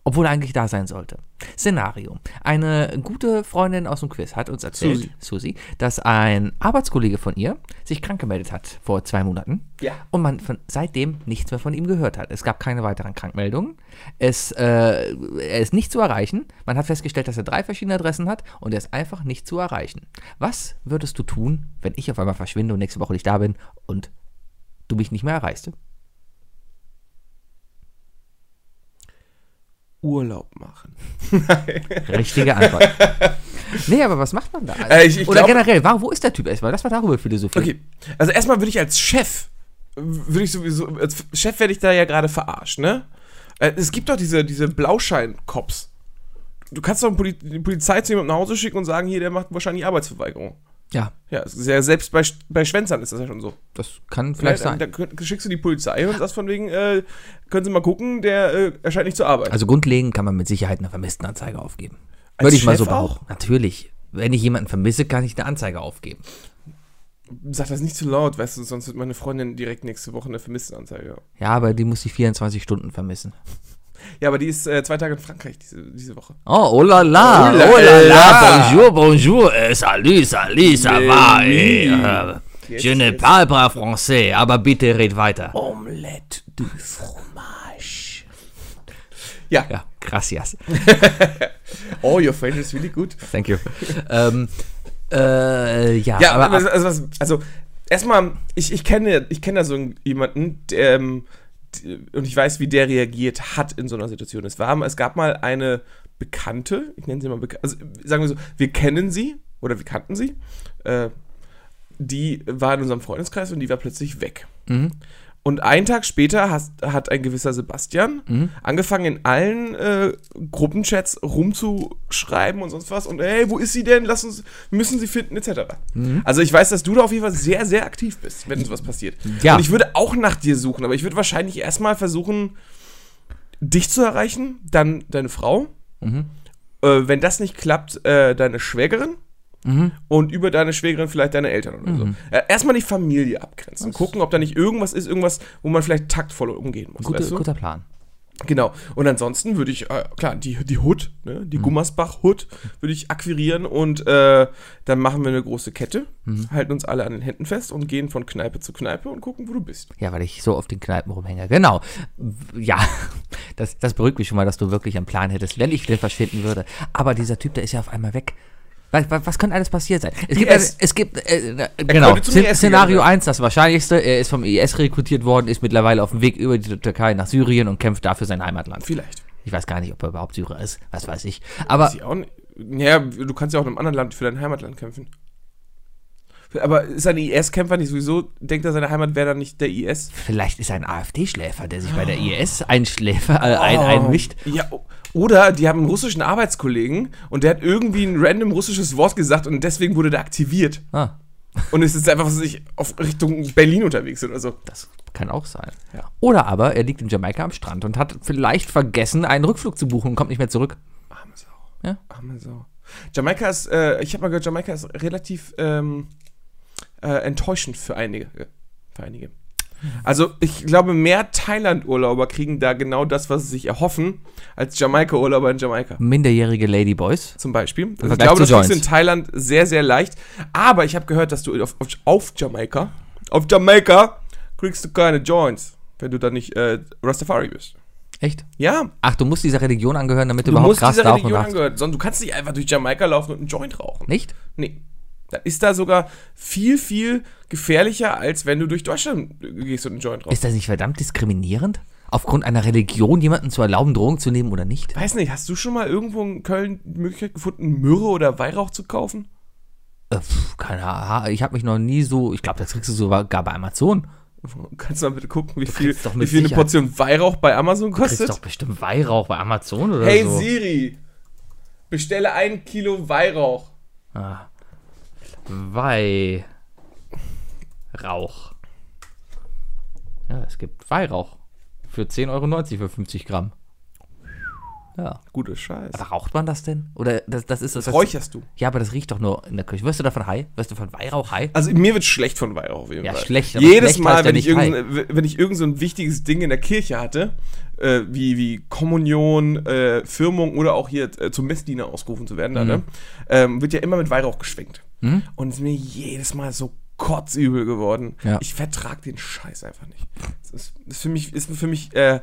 Speaker 3: obwohl er eigentlich da sein sollte. Szenario. Eine gute Freundin aus dem Quiz hat uns erzählt, Susi, dass ein Arbeitskollege von ihr sich krank gemeldet hat vor zwei Monaten
Speaker 2: Ja.
Speaker 3: und man von, seitdem nichts mehr von ihm gehört hat. Es gab keine weiteren Krankmeldungen. Es, äh, er ist nicht zu erreichen. Man hat festgestellt, dass er drei verschiedene Adressen hat und er ist einfach nicht zu erreichen. Was würdest du tun, wenn ich auf einmal verschwinde und nächste Woche nicht da bin und du mich nicht mehr erreichst?
Speaker 2: Urlaub machen.
Speaker 3: Richtige Antwort. nee, aber was macht man da?
Speaker 2: Äh, ich- ich
Speaker 3: Oder
Speaker 2: glaub-
Speaker 3: generell, wa- wo ist der Typ erstmal? Lass mal darüber philosophieren.
Speaker 2: Okay, also erstmal würde ich als Chef, würde ich sowieso, als Chef werde ich da ja gerade verarscht, ne? Äh, Es gibt doch diese, diese Blauschein-Cops. Du kannst doch einen Poli die Polizei zu jemandem nach Hause schicken und sagen, hier, der macht wahrscheinlich Arbeitsverweigerung.
Speaker 3: Ja,
Speaker 2: Ja, es ist ja selbst bei, Sch- bei Schwänzern ist das ja schon so.
Speaker 3: das kann vielleicht
Speaker 2: ja,
Speaker 3: sein.
Speaker 2: Dann, dann schickst du die Polizei und sagst von wegen, äh, können Sie mal gucken, der äh, erscheint nicht zur Arbeit.
Speaker 3: Also grundlegend kann man mit Sicherheit eine Vermisstenanzeige aufgeben.
Speaker 2: Als
Speaker 3: Würde ich mal so
Speaker 2: Chef auch?
Speaker 3: behaupten. Natürlich. Wenn ich jemanden vermisse, kann ich eine Anzeige aufgeben.
Speaker 2: Sag das nicht zu laut, weißt du, sonst wird meine Freundin direkt nächste Woche eine Vermisstenanzeige.
Speaker 3: Ja, aber die muss ich 24 Stunden vermissen.
Speaker 2: Ja, aber die ist äh, zwei Tage in Frankreich diese, diese Woche.
Speaker 3: Oh, oh la la,
Speaker 2: Oh
Speaker 3: oh
Speaker 2: la
Speaker 3: la la,
Speaker 2: la.
Speaker 3: bonjour, bonjour, eh, salut, salut, ça va, eh, äh,
Speaker 2: Jetzt,
Speaker 3: je ne
Speaker 2: jetzt.
Speaker 3: parle pas français, aber bitte red weiter.
Speaker 2: Oh. Omelette du fromage. Ja.
Speaker 3: Ja, gracias.
Speaker 2: Oh, your French is really good.
Speaker 3: Thank you. ähm, äh, ja,
Speaker 2: Ja,
Speaker 3: aber,
Speaker 2: aber, also, also, also erstmal, ich, ich kenne ich kenne da so jemanden, der, ähm, d- und ich weiß, wie der reagiert hat in so einer Situation. Es war, es gab mal eine Bekannte, ich nenne sie mal Bekannte, also sagen wir so, wir kennen sie oder wir kannten sie, äh, die war in unserem Freundeskreis und die war plötzlich weg.
Speaker 3: Mhm.
Speaker 2: Und einen Tag später has- hat ein gewisser Sebastian
Speaker 3: Mhm.
Speaker 2: angefangen, in allen äh, Gruppenchats rumzuschreiben und sonst was. Und hey, wo ist sie denn? Lass uns, wir müssen sie finden, etc.
Speaker 3: Mhm.
Speaker 2: Also ich weiß, dass du da auf jeden Fall sehr, sehr aktiv bist, wenn sowas passiert.
Speaker 3: Ja.
Speaker 2: Und ich würde auch nach dir suchen, aber ich würde wahrscheinlich erstmal versuchen, dich zu erreichen, dann deine Frau. Äh, wenn das nicht klappt, äh, deine Schwägerin.
Speaker 3: Mhm.
Speaker 2: Und über deine Schwägerin vielleicht deine Eltern oder so. Äh, Erstmal die Familie abgrenzen und gucken, ob da nicht irgendwas ist, irgendwas, wo man vielleicht taktvoll umgehen muss.
Speaker 3: gute,
Speaker 2: weißt du?
Speaker 3: guter Plan.
Speaker 2: Genau. Und ansonsten würde ich, äh, klar, die, die Hood, ne?
Speaker 3: Mhm.
Speaker 2: die Gummersbach-Hood, würde ich akquirieren und äh, dann machen wir eine große Kette,
Speaker 3: Mhm.
Speaker 2: halten uns alle an den Händen fest und gehen von Kneipe zu Kneipe und gucken, wo du bist.
Speaker 3: Ja, weil ich so auf den Kneipen rumhänge. Genau. W- Ja, das, das beruhigt mich schon mal, dass du wirklich einen Plan hättest, wenn ich denn verschwinden würde. Aber dieser Typ, der ist ja auf einmal weg. Was, was, was könnte alles passiert sein? Es gibt,
Speaker 2: IS.
Speaker 3: eine- es gibt äh, na, genau,
Speaker 2: könnte zum E
Speaker 3: Szen-
Speaker 2: IS gegangen
Speaker 3: Szenario
Speaker 2: sein.
Speaker 3: 1, das wahrscheinlichste. Er ist vom IS rekrutiert worden, ist mittlerweile auf dem Weg über die Türkei nach Syrien und kämpft dafür sein Heimatland.
Speaker 2: Vielleicht.
Speaker 3: Ich weiß gar nicht, ob er überhaupt Syrer ist. Was weiß ich. Aber
Speaker 2: Sie auch nicht. Naja, du kannst ja auch in einem anderen Land für dein Heimatland kämpfen. Aber ist ein IS-Kämpfer nicht sowieso, denkt er, seine Heimat wäre dann nicht der IS?
Speaker 3: vielleicht ist er ein AfD-Schläfer, der E sich bei
Speaker 2: Ah.
Speaker 3: der IS einschläfer, äh, ein,
Speaker 2: Oh.
Speaker 3: einmischt.
Speaker 2: Ja, o- oder die haben einen russischen Arbeitskollegen und der hat irgendwie ein random russisches Wort gesagt und deswegen wurde der aktiviert.
Speaker 3: Ah.
Speaker 2: Und ist jetzt einfach, was weiß ich, auf Richtung Berlin unterwegs oder so.
Speaker 3: Das kann auch sein.
Speaker 2: Ja.
Speaker 3: Oder aber er liegt in Jamaika am Strand und hat vielleicht vergessen, einen Rückflug zu buchen und kommt nicht mehr zurück.
Speaker 2: Arme Sau.
Speaker 3: Ja.
Speaker 2: Arme Sau. Jamaika ist, äh, ich habe mal gehört, Jamaika ist relativ ähm, äh, enttäuschend für einige. äh, Für einige.
Speaker 3: Mhm.
Speaker 2: Also ich glaube, mehr Thailand-Urlauber kriegen da genau das, was sie sich erhoffen, als Jamaika-Urlauber in Jamaika.
Speaker 3: Minderjährige Ladyboys.
Speaker 2: Zum Beispiel. Also ich
Speaker 3: Vergleich
Speaker 2: glaube,
Speaker 3: zu
Speaker 2: das kriegst du in
Speaker 3: Joints.
Speaker 2: Thailand sehr, sehr leicht. Aber ich habe gehört, dass du auf, auf, auf Jamaika, auf Jamaika kriegst du keine Joints, wenn du da nicht äh, Rastafari bist.
Speaker 3: Echt?
Speaker 2: Ja,
Speaker 3: Ach, du musst dieser Religion angehören, damit du,
Speaker 2: Du
Speaker 3: überhaupt
Speaker 2: musst
Speaker 3: Gras
Speaker 2: dieser
Speaker 3: darf und
Speaker 2: Religion
Speaker 3: darfst.
Speaker 2: angehört. Sondern du kannst nicht einfach durch Jamaika laufen und einen Joint rauchen.
Speaker 3: Nicht?
Speaker 2: Nee. Da ist da sogar viel, viel gefährlicher, als wenn du durch Deutschland gehst und einen Joint rauchst.
Speaker 3: Ist das nicht verdammt diskriminierend? Aufgrund einer Religion jemanden zu erlauben, Drogen zu nehmen oder nicht?
Speaker 2: Weiß nicht, hast du schon mal irgendwo in Köln die Möglichkeit gefunden, Myrrhe oder Weihrauch zu kaufen?
Speaker 3: Äh, pf, keine Ahnung. Ich habe mich noch nie so. Ich glaube, das kriegst du sogar bei Amazon.
Speaker 2: Kannst du mal bitte gucken, wie viel,
Speaker 3: kriegst doch
Speaker 2: wie
Speaker 3: mit
Speaker 2: viel eine
Speaker 3: Sicherheit-
Speaker 2: Portion Weihrauch bei Amazon
Speaker 3: Du kriegst doch
Speaker 2: kostet?
Speaker 3: bestimmt Weihrauch bei Amazon oder
Speaker 2: Hey
Speaker 3: so.
Speaker 2: Siri, bestelle ein Kilo Weihrauch.
Speaker 3: Ah. Weihrauch. Ja, es gibt Weihrauch. Für 10,90 Euro für 50 Gramm. Ja.
Speaker 2: Guter Scheiß.
Speaker 3: Aber raucht man das denn? Oder das, das ist das.
Speaker 2: Was räucherst du?
Speaker 3: Ja, aber das riecht doch nur in der Küche. Wirst du davon high? Wirst du von Weihrauch high?
Speaker 2: Also mir wird schlecht von Weihrauch auf jeden
Speaker 3: Ja,
Speaker 2: Fall.
Speaker 3: schlecht, aber
Speaker 2: Jedes
Speaker 3: schlecht
Speaker 2: Mal,
Speaker 3: heißt ja
Speaker 2: wenn ich,
Speaker 3: nicht
Speaker 2: irgendein, wenn ich irgend so ein wichtiges Ding in der Kirche hatte, äh, wie, wie Kommunion, äh, Firmung oder auch hier äh, zum Messdiener ausgerufen zu werden, da,
Speaker 3: Mhm.
Speaker 2: ne? ähm, wird ja immer mit Weihrauch geschwenkt. Und ist mir jedes Mal so kotzübel geworden.
Speaker 3: Ja.
Speaker 2: Ich vertrag den Scheiß einfach nicht. Das ist, das ist für mich, ist für mich äh,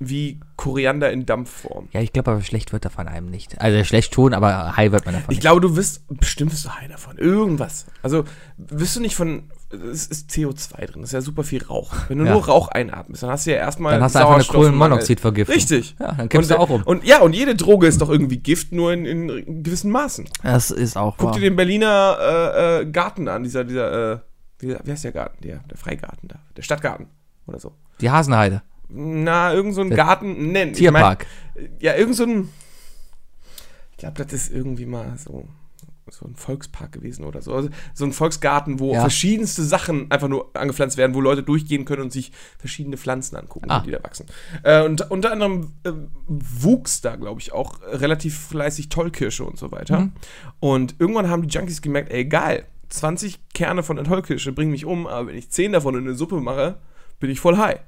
Speaker 2: wie Koriander in Dampfform.
Speaker 3: Ja, ich glaube, aber schlecht wird davon einem nicht. Also schlecht schon, aber high wird man davon
Speaker 2: Ich glaube, du wirst, bestimmt wirst du high davon. Irgendwas. Also, wirst du nicht von, es ist CO2 drin, das ist ja super viel Rauch. Wenn du
Speaker 3: Ja.
Speaker 2: nur Rauch einatmest, dann hast du ja erstmal
Speaker 3: Dann hast du einfach eine
Speaker 2: Sauerstoffmangel.
Speaker 3: Kohlenmonoxidvergiftung.
Speaker 2: Richtig.
Speaker 3: Ja, dann kippst
Speaker 2: und,
Speaker 3: du auch um.
Speaker 2: Und ja, und jede Droge ist doch irgendwie Gift, nur in, in gewissen Maßen.
Speaker 3: nicht. Das ist auch
Speaker 2: Guck
Speaker 3: wahr.
Speaker 2: dir den Berliner äh, äh, Garten an, dieser, dieser, äh, wie, wie heißt der Garten? Der, der Freigarten da, der Stadtgarten oder so.
Speaker 3: Die Hasenheide.
Speaker 2: Na, irgend so ein Garten, nennen.
Speaker 3: Tierpark.
Speaker 2: Ja, irgend so ein. Ich glaube, das ist irgendwie mal so, so ein Volkspark gewesen oder so. Also, so ein Volksgarten, wo
Speaker 3: Ja.
Speaker 2: verschiedenste Sachen einfach nur angepflanzt werden, wo Leute durchgehen können und sich verschiedene Pflanzen angucken,
Speaker 3: Ah.
Speaker 2: die da wachsen. Äh, und unter anderem äh, wuchs da, glaube ich, auch relativ fleißig Tollkirsche und so weiter.
Speaker 3: Mhm.
Speaker 2: Und irgendwann haben die Junkies gemerkt, ey, geil, 20 Kerne von der Tollkirsche bringen mich um, aber wenn ich 10 davon in eine Suppe mache, bin ich voll high.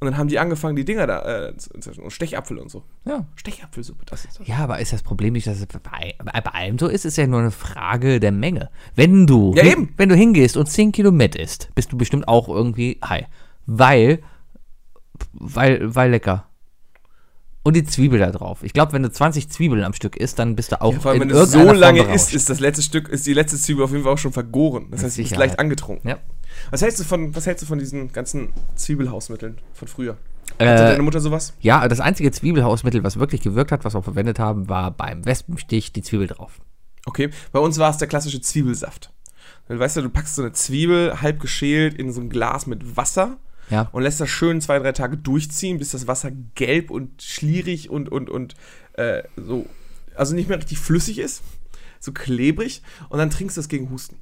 Speaker 2: Und dann haben die angefangen, die Dinger da, äh, zu- zu- und Stechapfel und so.
Speaker 3: Ja.
Speaker 2: Stechapfelsuppe, das ist das.
Speaker 3: Ja, aber ist das Problem nicht, dass es bei, bei allem so ist? Ist ja nur eine Frage der Menge. Wenn du,
Speaker 2: Ja, eben.
Speaker 3: wenn du hingehst und 10 Kilo Met isst, bist du bestimmt auch irgendwie high. Weil, weil, weil lecker. Und die Zwiebel da drauf. Ich glaube, wenn du 20 Zwiebeln am Stück isst, dann bist du auch
Speaker 2: Ja, vor allem, wenn
Speaker 3: in
Speaker 2: du es so
Speaker 3: irgendeiner Form
Speaker 2: lange
Speaker 3: berauscht.
Speaker 2: isst, ist das letzte Stück, ist die letzte Zwiebel auf jeden Fall auch schon vergoren. Das heißt, du bist
Speaker 3: Sicherheit.
Speaker 2: leicht angetrunken.
Speaker 3: Ja.
Speaker 2: Was hältst du von, was hältst du von diesen ganzen Zwiebelhausmitteln von früher? Hatte
Speaker 3: Äh,
Speaker 2: deine Mutter sowas?
Speaker 3: ja, das einzige Zwiebelhausmittel, was wirklich gewirkt hat, was wir verwendet haben, war beim Wespenstich die Zwiebel drauf.
Speaker 2: Okay, bei uns war es der klassische Zwiebelsaft. Weil, Weißt du, du packst so eine Zwiebel halb geschält in so ein Glas mit Wasser
Speaker 3: Ja.
Speaker 2: und lässt das schön zwei, drei Tage durchziehen, bis das Wasser gelb und schlierig und, und, und äh, so, also nicht mehr richtig flüssig ist, so klebrig und dann trinkst du es gegen Husten.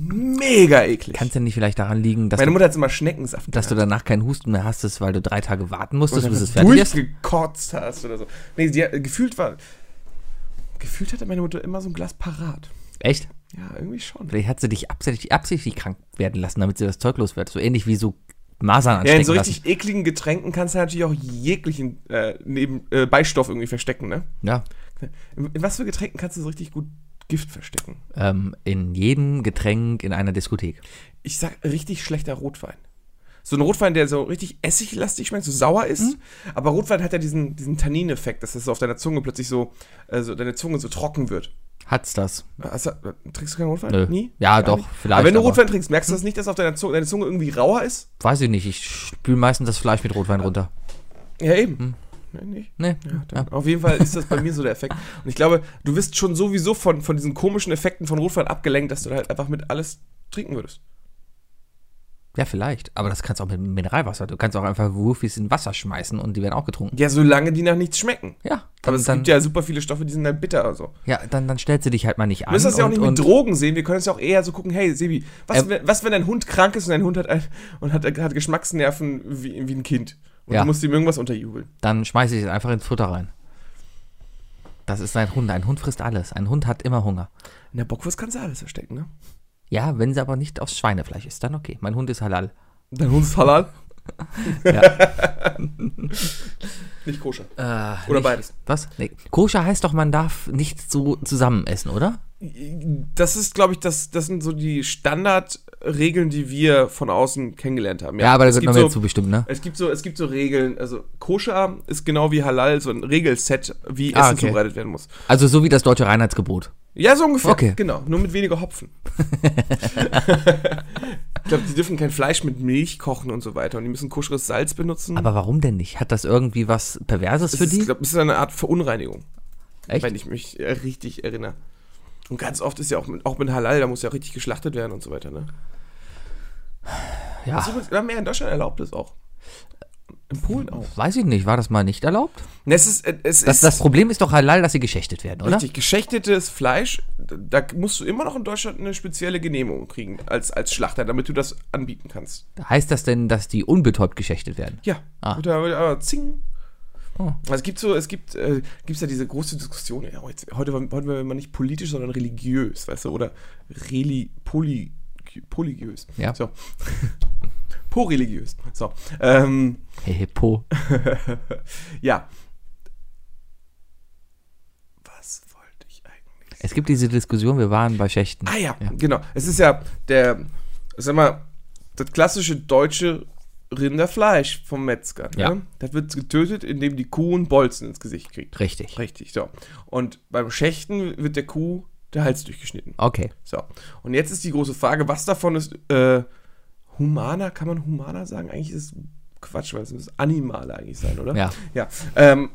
Speaker 2: Mega eklig.
Speaker 3: Kannst denn nicht vielleicht daran liegen, dass,
Speaker 2: Meine
Speaker 3: du,
Speaker 2: Mutter hat immer Schneckensaft
Speaker 3: dass du danach keinen Husten mehr hast, weil du drei Tage warten musstest, bis es
Speaker 2: dass
Speaker 3: fertig ist?
Speaker 2: durchgekotzt hast oder so. Nee, sie hat, gefühlt war, gefühlt hatte meine Mutter immer so ein Glas parat.
Speaker 3: Echt?
Speaker 2: Ja, irgendwie schon.
Speaker 3: Vielleicht hat sie dich absichtlich, absichtlich krank werden lassen, damit sie das Zeug los wird. So ähnlich wie so Masern
Speaker 2: Ja,
Speaker 3: anstecken
Speaker 2: in so
Speaker 3: lassen.
Speaker 2: richtig ekligen Getränken kannst du natürlich auch jeglichen äh, neben, äh, Beistoff irgendwie verstecken, ne?
Speaker 3: Ja,
Speaker 2: In, in was für Getränken kannst du so richtig gut Gift verstecken?
Speaker 3: ähm, in jedem Getränk in einer Diskothek.
Speaker 2: Ich sag richtig schlechter Rotwein. So ein Rotwein, der so richtig essiglastig schmeckt, so sauer ist. Aber Rotwein hat ja diesen, diesen Tannineffekt, dass das so auf deiner Zunge plötzlich so, also deine Zunge so trocken wird.
Speaker 3: Hat's das?
Speaker 2: Hast du, äh, trinkst du keinen Rotwein?
Speaker 3: Nö.
Speaker 2: Nie?
Speaker 3: Ja,
Speaker 2: Gar
Speaker 3: doch, vielleicht,
Speaker 2: Aber wenn du
Speaker 3: aber-
Speaker 2: Rotwein trinkst, merkst du das nicht, dass auf deiner Zunge, deine Zunge irgendwie rauer ist?
Speaker 3: Weiß ich nicht. Ich spül meistens das Fleisch mit Rotwein runter.
Speaker 2: Ja, eben. Nein, nicht.
Speaker 3: Nee.
Speaker 2: Ja, dann, Auf jeden Fall ist das bei mir so der Effekt. Und ich glaube, du wirst schon sowieso von, von diesen komischen Effekten von Rotwein abgelenkt, dass du da halt einfach mit alles trinken würdest.
Speaker 3: Ja, vielleicht. Aber das kannst du auch mit Mineralwasser. Du kannst auch einfach Wurfis in Wasser schmeißen und die werden auch getrunken.
Speaker 2: Ja, solange die nach nichts schmecken.
Speaker 3: Ja,
Speaker 2: Aber
Speaker 3: dann,
Speaker 2: es
Speaker 3: dann,
Speaker 2: gibt ja super viele Stoffe, die sind halt bitter oder so.
Speaker 3: ja dann, dann stellst du dich halt mal nicht an.
Speaker 2: Wir müssen das ja auch
Speaker 3: und-
Speaker 2: nicht mit
Speaker 3: und-
Speaker 2: Drogen sehen, wir können es ja auch eher so gucken, hey Sebi, was,
Speaker 3: Ähm,
Speaker 2: wenn, was wenn dein Hund krank ist und dein Hund hat, ein, und hat, hat Geschmacksnerven wie, wie ein Kind und
Speaker 3: Ja.
Speaker 2: du musst ihm irgendwas unterjubeln.
Speaker 3: dann schmeiße ich es einfach ins Futter rein. Das ist ein Hund. Ein Hund frisst alles. Ein Hund hat immer Hunger.
Speaker 2: In der Bockwurst kannst du alles verstecken, ne?
Speaker 3: Ja, wenn sie aber nicht aufs Schweinefleisch ist, dann okay. Mein Hund ist halal.
Speaker 2: Dein Hund ist halal.
Speaker 3: Ja.
Speaker 2: Nicht koscher.
Speaker 3: Äh,
Speaker 2: Oder
Speaker 3: nicht-
Speaker 2: beides.
Speaker 3: Was? Nee. Koscher heißt doch, man darf nicht so zusammen essen, oder?
Speaker 2: Das ist, glaube ich, das, das sind so die Standardregeln, die wir von außen kennengelernt haben. es gibt so,
Speaker 3: bestimmt, ne?
Speaker 2: es gibt so, es gibt so Regeln, also koscher ist genau wie halal so ein Regelset, wie
Speaker 3: Ah,
Speaker 2: Essen
Speaker 3: okay.
Speaker 2: zubereitet werden muss.
Speaker 3: Also so wie das deutsche Reinheitsgebot.
Speaker 2: Ja, so ungefähr.
Speaker 3: Okay.
Speaker 2: Genau, nur mit weniger Hopfen. ich glaube, die dürfen kein Fleisch mit Milch kochen und so weiter. Und die müssen koscheres Salz benutzen.
Speaker 3: Aber warum denn nicht? Hat das irgendwie was Perverses
Speaker 2: das
Speaker 3: für
Speaker 2: ist,
Speaker 3: die?
Speaker 2: glaub, das ist eine Art Verunreinigung, wenn
Speaker 3: Echt?
Speaker 2: ich mich äh, richtig erinnere. Und ganz oft ist ja auch mit, auch mit Halal, da muss ja richtig geschlachtet werden und so weiter. Ne? Das ist
Speaker 3: Ja.
Speaker 2: übrigens, wir haben ja in Deutschland erlaubt das auch. In Polen auch.
Speaker 3: Weiß ich nicht, war das mal nicht erlaubt?
Speaker 2: Ne, Es ist, äh, es
Speaker 3: Das,
Speaker 2: ist
Speaker 3: das Problem ist doch halal, dass sie geschächtet werden, oder?
Speaker 2: richtig geschächtetes Fleisch. Da musst du immer noch in Deutschland eine spezielle Genehmigung kriegen als, als Schlachter, damit du das anbieten kannst.
Speaker 3: Heißt das denn, dass die unbetäubt geschächtet werden?
Speaker 2: Ja.
Speaker 3: Ah. Oh.
Speaker 2: Oder, oder, oder zing. Also es gibt so, es gibt, äh, gibt's ja diese große Diskussion, ja, heute, heute, waren- heute werden wir nicht politisch, sondern religiös, weißt du, oder reli, poly, polygiös.
Speaker 3: Ja.
Speaker 2: So. Poreligiös. So. Ähm,
Speaker 3: Hippo.
Speaker 2: ja. Was wollte ich eigentlich
Speaker 3: Es gibt diese Diskussion, wir waren bei Schächten.
Speaker 2: Ah ja,
Speaker 3: Ja.
Speaker 2: genau. Es ist ja der, sag mal, das klassische deutsche Rinderfleisch vom Metzger.
Speaker 3: Ja.
Speaker 2: Ne? Das wird getötet, indem die Kuh einen Bolzen ins Gesicht kriegt.
Speaker 3: Richtig.
Speaker 2: Richtig, so. Und beim Schächten wird der Kuh der Hals durchgeschnitten.
Speaker 3: Okay.
Speaker 2: So. Und jetzt ist die große Frage, was davon ist äh, humaner? Kann man humaner sagen? Eigentlich ist es Quatsch, weil es muss animaler eigentlich sein, oder?
Speaker 3: Ja.
Speaker 2: Ja. Ähm,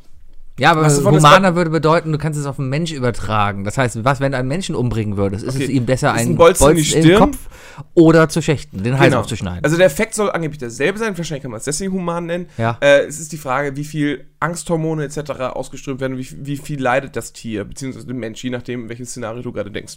Speaker 3: Ja, aber
Speaker 2: Was davon ist-
Speaker 3: humaner würde bedeuten, du kannst es auf einen Mensch übertragen. Das heißt, was, wenn du einen Menschen umbringen würdest, ist
Speaker 2: Okay.
Speaker 3: es ihm besser,
Speaker 2: Ist ein
Speaker 3: einen
Speaker 2: Bolzen in die
Speaker 3: Bolzen in den
Speaker 2: Stirn?
Speaker 3: Kopf oder zu schächten, den Hals
Speaker 2: Genau.
Speaker 3: aufzuschneiden.
Speaker 2: Also der Effekt soll angeblich derselbe sein, wahrscheinlich kann man es deswegen human nennen.
Speaker 3: Ja.
Speaker 2: Äh, es ist die Frage, wie viel Angsthormone etc. ausgeströmt werden, wie, viel- wie viel leidet das Tier, beziehungsweise der Mensch, je nachdem, welches Szenario du gerade denkst.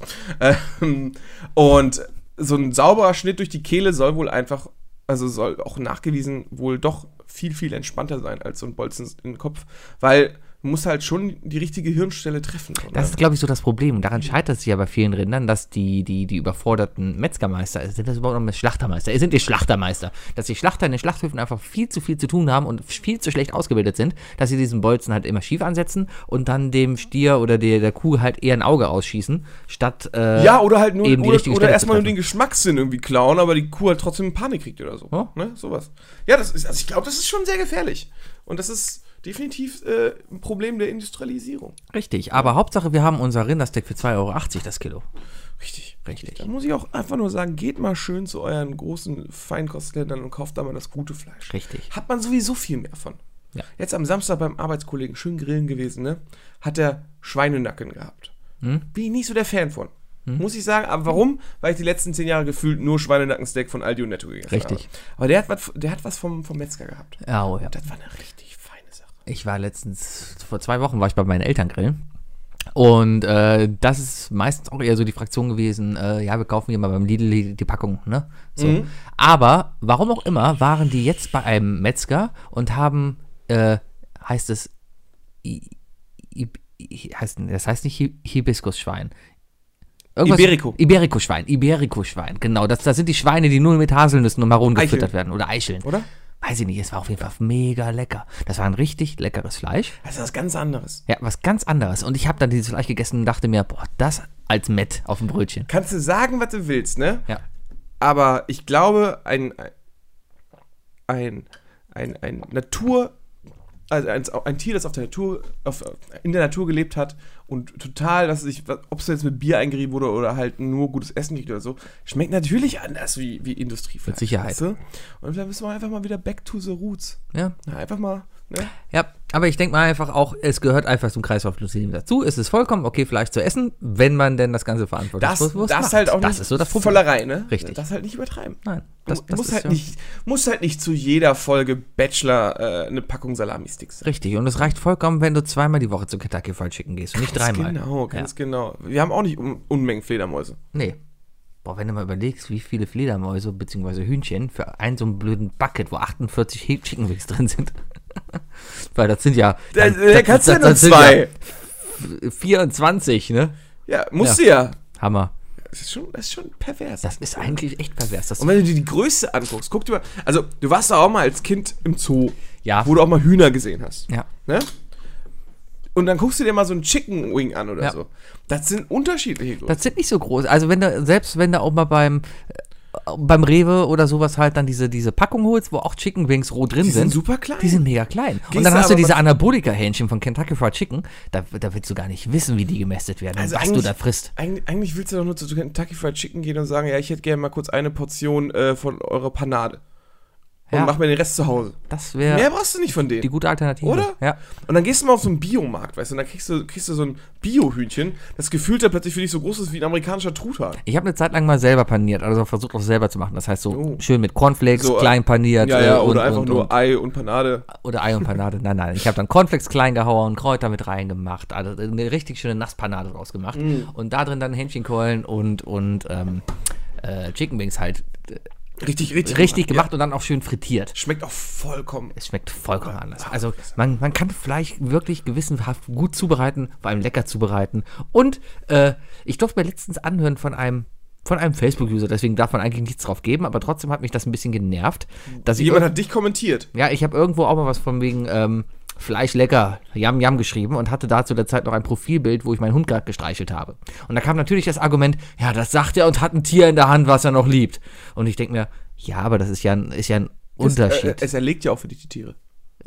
Speaker 2: Ähm, und so ein sauberer Schnitt durch die Kehle soll wohl einfach, also soll auch nachgewiesen wohl doch viel, viel entspannter sein als so ein Bolzen in den Kopf, weil man muss halt schon die richtige Hirnstelle treffen.
Speaker 3: Das
Speaker 2: oder?
Speaker 3: ist, glaube ich, so das Problem. Und Daran scheitert es ja bei vielen Rindern, dass die, die, die überforderten Metzgermeister, also sind das überhaupt noch Schlachtermeister? Sind die Schlachtermeister? Dass die Schlachter in den Schlachthöfen einfach viel zu viel zu tun haben und viel zu schlecht ausgebildet sind, dass sie diesen Bolzen halt immer schief ansetzen und dann dem Stier oder der, der Kuh halt eher ein Auge ausschießen, statt. äh,
Speaker 2: Ja, oder halt nur
Speaker 3: eben die
Speaker 2: oder,
Speaker 3: richtige
Speaker 2: oder
Speaker 3: Stelle zu
Speaker 2: erstmal nur
Speaker 3: treffen.
Speaker 2: den Geschmackssinn irgendwie klauen, aber die Kuh halt trotzdem Panik kriegt oder so.
Speaker 3: Ja.
Speaker 2: Ne? Sowas. Ja, das ist, also ich glaube, das ist schon sehr gefährlich. Und das ist definitiv äh, ein Problem der Industrialisierung.
Speaker 3: Richtig. Aber Hauptsache, wir haben unser Rindersteak für 2,80 Euro das Kilo.
Speaker 2: Richtig.
Speaker 3: Richtig.
Speaker 2: Da muss ich auch einfach nur sagen, geht mal schön zu euren großen Feinkostländern und kauft da mal das gute Fleisch.
Speaker 3: Richtig.
Speaker 2: Hat man sowieso viel mehr von.
Speaker 3: Ja.
Speaker 2: Jetzt am Samstag beim Arbeitskollegen, schön grillen gewesen, ne? Hat er Schweinenacken gehabt.
Speaker 3: Hm?
Speaker 2: Bin ich nicht so der Fan von. Muss ich sagen, aber warum? Weil ich die letzten zehn Jahre gefühlt nur Schweinenackensteak von Aldi und Netto gegessen
Speaker 3: Richtig.
Speaker 2: habe. Aber der hat was, der hat was vom, vom Metzger gehabt.
Speaker 3: Ja, oh, ja.
Speaker 2: Das war eine richtig feine Sache.
Speaker 3: Ich war letztens, vor zwei Wochen war ich bei meinen Eltern grillen. Und äh, das ist meistens auch eher so die Fraktion gewesen, äh, ja, wir kaufen hier mal beim Lidl die, die Packung, ne? So. Aber warum auch immer waren die jetzt bei einem Metzger und haben, äh, heißt es, I, I, I, heißt, das heißt nicht Hi- Hibiskusschwein. Irgendwas-
Speaker 2: Iberico.
Speaker 3: Iberico-Schwein, Iberico-Schwein, genau. Das, das sind die Schweine, die nur mit Haselnüssen und Maronen
Speaker 2: Eicheln.
Speaker 3: gefüttert werden oder Eicheln.
Speaker 2: Oder?
Speaker 3: Weiß ich nicht, es war auf jeden Fall mega lecker. Das war ein richtig leckeres Fleisch.
Speaker 2: Das ist Also was ganz anderes.
Speaker 3: Ja, was ganz anderes. Und ich habe dann dieses Fleisch gegessen und dachte mir, boah, das als Met auf dem Brötchen.
Speaker 2: Kannst du sagen, was du willst, ne?
Speaker 3: Ja.
Speaker 2: Aber ich glaube, ein, ein, ein, ein Natur, also ein, ein Tier, das auf der Natur, auf, in der Natur gelebt hat und total, dass es sich, ob es jetzt mit Bier eingerieben wurde oder halt nur gutes Essen kriegt oder so, schmeckt natürlich anders wie, wie Industriefleisch.
Speaker 3: Mit Sicherheit.
Speaker 2: weißt du? Und da müssen wir einfach mal wieder back to the roots.
Speaker 3: Ja,
Speaker 2: Na, einfach mal, ne?
Speaker 3: ja. aber ich denke mal einfach auch, es gehört einfach zum Kreislauf Lucilin dazu. Es ist vollkommen okay, Fleisch zu essen, wenn man denn das Ganze
Speaker 2: Das,
Speaker 3: verantwortungsbewusst
Speaker 2: das, halt auch
Speaker 3: Das
Speaker 2: nicht
Speaker 3: ist so das Problem.
Speaker 2: Vollerei, ne?
Speaker 3: Richtig.
Speaker 2: Das halt nicht übertreiben.
Speaker 3: Nein,
Speaker 2: Das, muss,
Speaker 3: ist
Speaker 2: halt
Speaker 3: ja-
Speaker 2: nicht, muss halt nicht zu jeder Folge Bachelor äh, eine Packung Salami-Sticks sein.
Speaker 3: Richtig, und es reicht vollkommen, wenn du zweimal die Woche zu Kentucky Fried Chicken gehst und nicht dreimal.
Speaker 2: Genau, ganz genau. Wir haben auch nicht Un Unmengen Fledermäuse.
Speaker 3: Nee. Boah, wenn du mal überlegst, wie viele Fledermäuse bzw. Hühnchen für einen so einen blöden Bucket, wo 48 He- Chicken Wings drin sind. Weil das sind ja.
Speaker 2: Da-
Speaker 3: dann-
Speaker 2: da
Speaker 3: das-
Speaker 2: kannst du ja
Speaker 3: das- das
Speaker 2: nur
Speaker 3: sind
Speaker 2: zwei.
Speaker 3: ja 24, ne?
Speaker 2: Ja, musst du ja.
Speaker 3: Hammer.
Speaker 2: Das ist schon, das ist schon pervers.
Speaker 3: Das ist eigentlich echt pervers. Das
Speaker 2: Und wenn du dir die Größe anguckst, guck dir mal, also du warst ja auch mal als Kind im Zoo,
Speaker 3: Ja.
Speaker 2: wo du auch mal Hühner gesehen hast.
Speaker 3: ja.
Speaker 2: Ne? Und dann guckst du dir mal so einen Chicken Wing an oder
Speaker 3: Ja.
Speaker 2: so. Das sind unterschiedliche Größen.
Speaker 3: Das sind nicht so groß. Also wenn du, selbst wenn du auch mal beim äh, beim Rewe oder sowas halt dann diese, diese Packung holst, wo auch Chicken Wings roh drin
Speaker 2: Die sind
Speaker 3: sind.
Speaker 2: super klein.
Speaker 3: Die sind mega klein. und
Speaker 2: Gehst
Speaker 3: dann
Speaker 2: du
Speaker 3: hast du
Speaker 2: aber
Speaker 3: diese
Speaker 2: mal-
Speaker 3: Anabolika-Hähnchen von Kentucky Fried Chicken. Da, da willst du gar nicht wissen, wie die gemästet werden
Speaker 2: Also
Speaker 3: und was du
Speaker 2: eigentlich-
Speaker 3: da frisst.
Speaker 2: Eigentlich, eigentlich willst du doch nur zu Kentucky Fried Chicken gehen und sagen, ja, ich hätte gerne mal kurz eine Portion äh, von eurer Panade. Und
Speaker 3: Ja.
Speaker 2: mach mir den Rest zu Hause.
Speaker 3: Das
Speaker 2: Mehr
Speaker 3: wäre
Speaker 2: brauchst du nicht von denen.
Speaker 3: die gute Alternative.
Speaker 2: Oder?
Speaker 3: Ja.
Speaker 2: Und dann gehst du mal auf so einen Biomarkt, weißt du, und dann kriegst du, kriegst du so ein Bio-Hühnchen, das gefühlt da plötzlich für dich so groß ist wie ein amerikanischer Truthahn.
Speaker 3: Ich habe eine Zeit lang mal selber paniert, also versucht auch selber zu machen. Das heißt so
Speaker 2: Oh.
Speaker 3: schön mit Cornflakes,
Speaker 2: So, äh,
Speaker 3: klein paniert
Speaker 2: Ja, ja,
Speaker 3: äh,
Speaker 2: oder
Speaker 3: und,
Speaker 2: einfach
Speaker 3: und,
Speaker 2: nur
Speaker 3: und,
Speaker 2: Ei und Panade.
Speaker 3: oder Ei und Panade. Nein, nein, ich habe dann Cornflakes klein gehauen, Kräuter mit reingemacht, also eine richtig schöne Nasspanade draus gemacht
Speaker 2: Mm.
Speaker 3: und da drin dann Hähnchenkeulen und und ähm, äh, Chicken Wings halt äh,
Speaker 2: Richtig, richtig.
Speaker 3: Richtig gemacht und dann auch schön frittiert.
Speaker 2: Ja. Schmeckt auch vollkommen.
Speaker 3: Es schmeckt vollkommen anders. Also man, man kann Fleisch wirklich gewissenhaft gut zubereiten, vor allem lecker zubereiten. Und äh, ich durfte mir letztens anhören von einem von einem Facebook-User, deswegen darf man eigentlich nichts drauf geben, aber trotzdem hat mich das ein bisschen genervt, dass ich
Speaker 2: Jemand hat dich kommentiert.
Speaker 3: ja, ich habe irgendwo auch mal was von wegen ähm, Fleisch lecker, Yam Yam geschrieben und hatte da zu der Zeit noch ein Profilbild, wo ich meinen Hund gerade gestreichelt habe. Und da kam natürlich das Argument, ja, das sagt er und hat ein Tier in der Hand, was er noch liebt. Und ich denke mir, ja, aber das ist ja ein, ist ja ein Unterschied.
Speaker 2: Es, äh, es erlegt ja auch für dich die Tiere.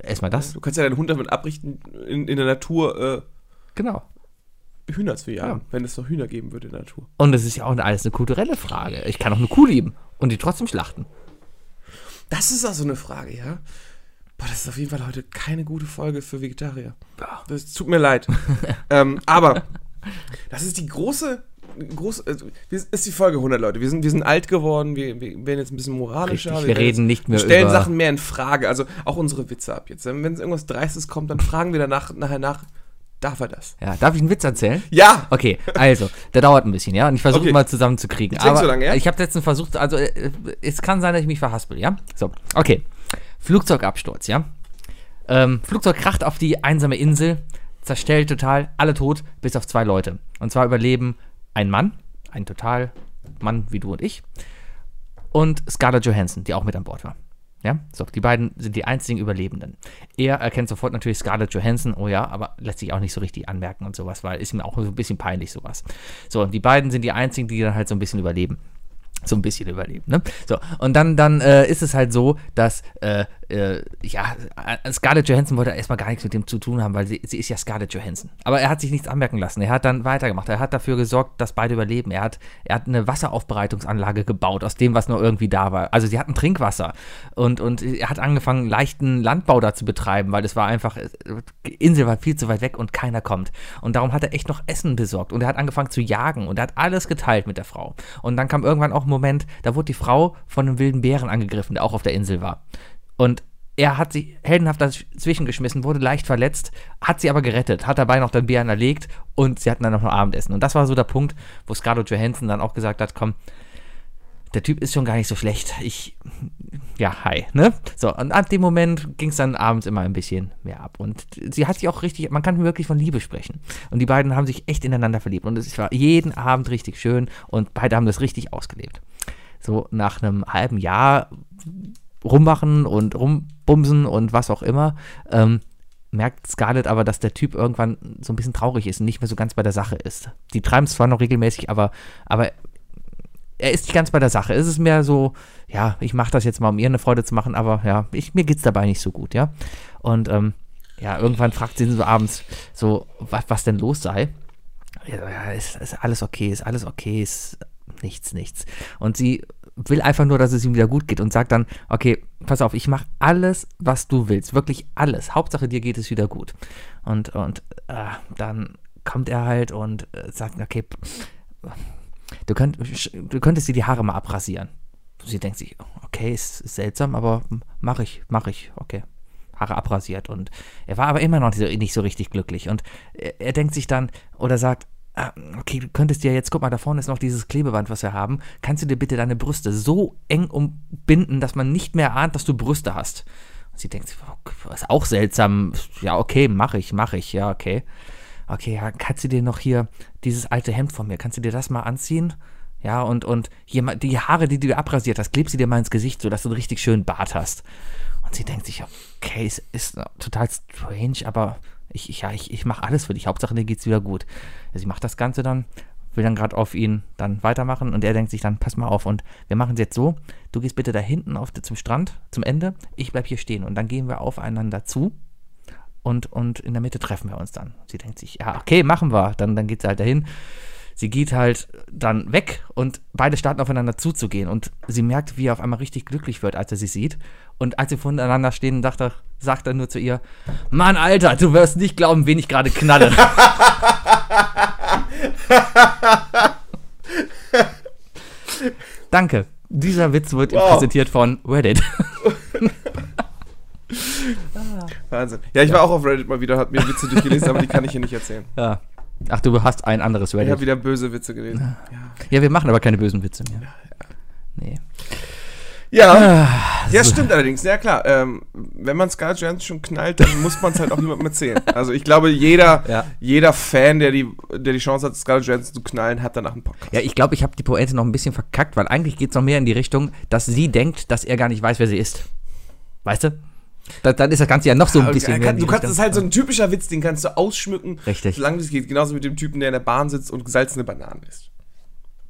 Speaker 3: Erstmal das.
Speaker 2: Du kannst ja deinen Hund damit abrichten, in, in der Natur
Speaker 3: Genau.
Speaker 2: äh, Hühner zu jagen, wenn es noch Hühner geben würde in der Natur.
Speaker 3: Und es ist ja auch eine- alles eine kulturelle Frage. Ich kann auch eine Kuh lieben und die trotzdem schlachten.
Speaker 2: Das ist auch so eine Frage, ja? Boah, das ist auf jeden Fall heute keine gute Folge für Vegetarier. Das tut mir leid. ähm, aber das ist die große, große, also, wir- ist die Folge 100, Leute. Wir sind, wir sind alt geworden, wir, wir werden jetzt ein bisschen moralischer.
Speaker 3: Richtig, wir
Speaker 2: werden
Speaker 3: reden
Speaker 2: jetzt,
Speaker 3: nicht mehr
Speaker 2: wir stellen
Speaker 3: über-
Speaker 2: Sachen mehr in Frage. Also auch unsere Witze ab jetzt. Wenn es irgendwas Dreistes kommt, dann fragen wir danach, nachher nach, darf er das?
Speaker 3: Ja, darf ich einen Witz erzählen?
Speaker 2: Ja!
Speaker 3: Okay, also, der dauert ein bisschen, ja? Und ich versuche
Speaker 2: Okay.
Speaker 3: mal zusammenzukriegen.
Speaker 2: Jetzt denk
Speaker 3: Aber
Speaker 2: so lange, ja?
Speaker 3: Ich habe letztens versucht, also äh, es kann sein, dass ich mich verhaspel, ja? So, okay. Flugzeugabsturz, ja? Ähm, Flugzeug kracht auf die einsame Insel, zerstellt total, alle tot, bis auf zwei Leute. Und zwar überleben ein Mann, ein total Mann wie du und ich, und Scarlett Johansson, die auch mit an Bord war. Ja, so, die beiden sind die einzigen Überlebenden. Er erkennt sofort natürlich Scarlett Johansson, oh ja, aber lässt sich auch nicht so richtig anmerken und sowas, weil ist ihm auch so ein bisschen peinlich sowas. So, und die beiden sind die einzigen, die dann halt so ein bisschen überleben. So ein bisschen überleben, ne? So, und dann, dann äh, ist es halt so, dass, äh, äh, ja, äh, Scarlett Johansson wollte erstmal gar nichts mit dem zu tun haben, weil sie, sie ist ja Scarlett Johansson. Aber er hat sich nichts anmerken lassen. Er hat dann weitergemacht. Er hat dafür gesorgt, dass beide überleben. Er hat, er hat eine Wasseraufbereitungsanlage gebaut, aus dem, was nur irgendwie da war. Also sie hatten Trinkwasser. Und, und er hat angefangen, leichten Landbau da zu betreiben, weil es war einfach, äh, die Insel war viel zu weit weg und keiner kommt. Und darum hat er echt noch Essen besorgt. Und er hat angefangen zu jagen und er hat alles geteilt mit der Frau. Und dann kam irgendwann auch ein Moment, da wurde die Frau von einem wilden Bären angegriffen, der auch auf der Insel war. Und er hat sie heldenhaft dazwischen geschmissen, wurde leicht verletzt, hat sie aber gerettet, hat dabei noch den Bären erlegt und sie hatten dann noch ein Abendessen. Und das war so der Punkt, wo Scarlett Johansson dann auch gesagt hat, komm, der Typ ist schon gar nicht so schlecht. Ich, ja, hi, ne? So, und ab dem Moment ging es dann abends immer ein bisschen mehr ab. Und sie hat sich auch richtig, man kann wirklich von Liebe sprechen. Und die beiden haben sich echt ineinander verliebt. Und es war jeden Abend richtig schön und beide haben das richtig ausgelebt. So, nach einem halben Jahr rummachen und rumbumsen und was auch immer, ähm, merkt Scarlett aber, dass der Typ irgendwann so ein bisschen traurig ist und nicht mehr so ganz bei der Sache ist. Die treiben es zwar noch regelmäßig, aber, aber er ist nicht ganz bei der Sache. Es ist mehr so, ja, ich mache das jetzt mal, um ihr eine Freude zu machen, aber ja, ich, mir geht's dabei nicht so gut, ja. Und ähm, ja, irgendwann fragt sie ihn so abends so, was, was denn los sei. Ja, ja, ist, ist alles okay, ist alles okay, ist nichts, nichts. Und sie will einfach nur, dass es ihm wieder gut geht und sagt dann, okay, pass auf, ich mache alles, was du willst, wirklich alles. Hauptsache dir geht es wieder gut. Und, und äh, dann kommt er halt und äh, sagt, okay, du, könnt, du könntest dir die Haare mal abrasieren. Sie denkt sich, okay, ist, ist seltsam, aber mache ich, mache ich, okay. Haare abrasiert und er war aber immer noch so- nicht so richtig glücklich und er, er denkt sich dann oder sagt, ah, okay, du könntest dir jetzt, guck mal, da vorne ist noch dieses Klebeband, was wir haben, kannst du dir bitte deine Brüste so eng umbinden, dass man nicht mehr ahnt, dass du Brüste hast. Und sie denkt sich, oh, ist auch seltsam, ja, okay, mache ich, mache ich, ja, okay okay, ja, kannst du dir noch hier dieses alte Hemd von mir, kannst du dir das mal anziehen? Ja, und, und hier mal die Haare, die du dir abrasiert hast, klebst du dir mal ins Gesicht, sodass du einen richtig schönen Bart hast. Und sie denkt sich, okay, es ist total strange, aber ich, ich- ja, ich, ich mache alles für dich. Hauptsache, dir geht's wieder gut. Sie macht das Ganze dann, will dann gerade auf ihn dann weitermachen und er denkt sich dann, pass mal auf und wir machen es jetzt so, du gehst bitte da hinten auf, zum Strand, zum Ende, ich bleib hier stehen und dann gehen wir aufeinander zu und, und in der Mitte treffen wir uns dann. Sie denkt sich, ja, okay, machen wir. Dann, dann geht sie halt dahin. Sie geht halt dann weg und beide starten aufeinander zuzugehen. Und sie merkt, wie er auf einmal richtig glücklich wird, als er sie sieht. Und als sie voneinander stehen, sagt er, sagt er nur zu ihr: Mann, Alter, du wirst nicht glauben, wen ich gerade knalle. Danke. Dieser Witz wird Ihnen
Speaker 2: Wow.
Speaker 3: präsentiert von Reddit.
Speaker 2: Wahnsinn. Ja, ich war auch auf Reddit mal wieder, hab mir Witze durchgelesen, aber die kann ich hier nicht erzählen.
Speaker 3: Ja. Ach, du hast ein anderes
Speaker 2: Ich
Speaker 3: Reddit.
Speaker 2: habe wieder böse Witze gelesen.
Speaker 3: Ja, wir machen aber keine bösen Witze mehr. Nee.
Speaker 2: Ja,
Speaker 3: Ah,
Speaker 2: ja stimmt allerdings. Ja klar, ähm, wenn man Scarlett Johansson schon knallt, dann muss man es halt auch niemandem erzählen. Also ich glaube, jeder,
Speaker 3: Ja.
Speaker 2: jeder Fan, der die, der die Chance hat, Scarlett Johansson zu knallen, hat danach einen Podcast.
Speaker 3: Ja, ich glaube, ich habe die Pointe noch ein bisschen verkackt, weil eigentlich geht's noch mehr in die Richtung, dass sie denkt, dass er gar nicht weiß, wer sie ist. Weißt du? Da, dann ist das Ganze ja noch so ein
Speaker 2: Aber
Speaker 3: bisschen. mehr
Speaker 2: kann,
Speaker 3: in die
Speaker 2: du kannst, das
Speaker 3: Richtung.
Speaker 2: ist halt so ein typischer Witz, den kannst du ausschmücken,
Speaker 3: Richtig.
Speaker 2: solange es geht. Genauso mit dem Typen, der in der Bahn sitzt und gesalzene Bananen isst.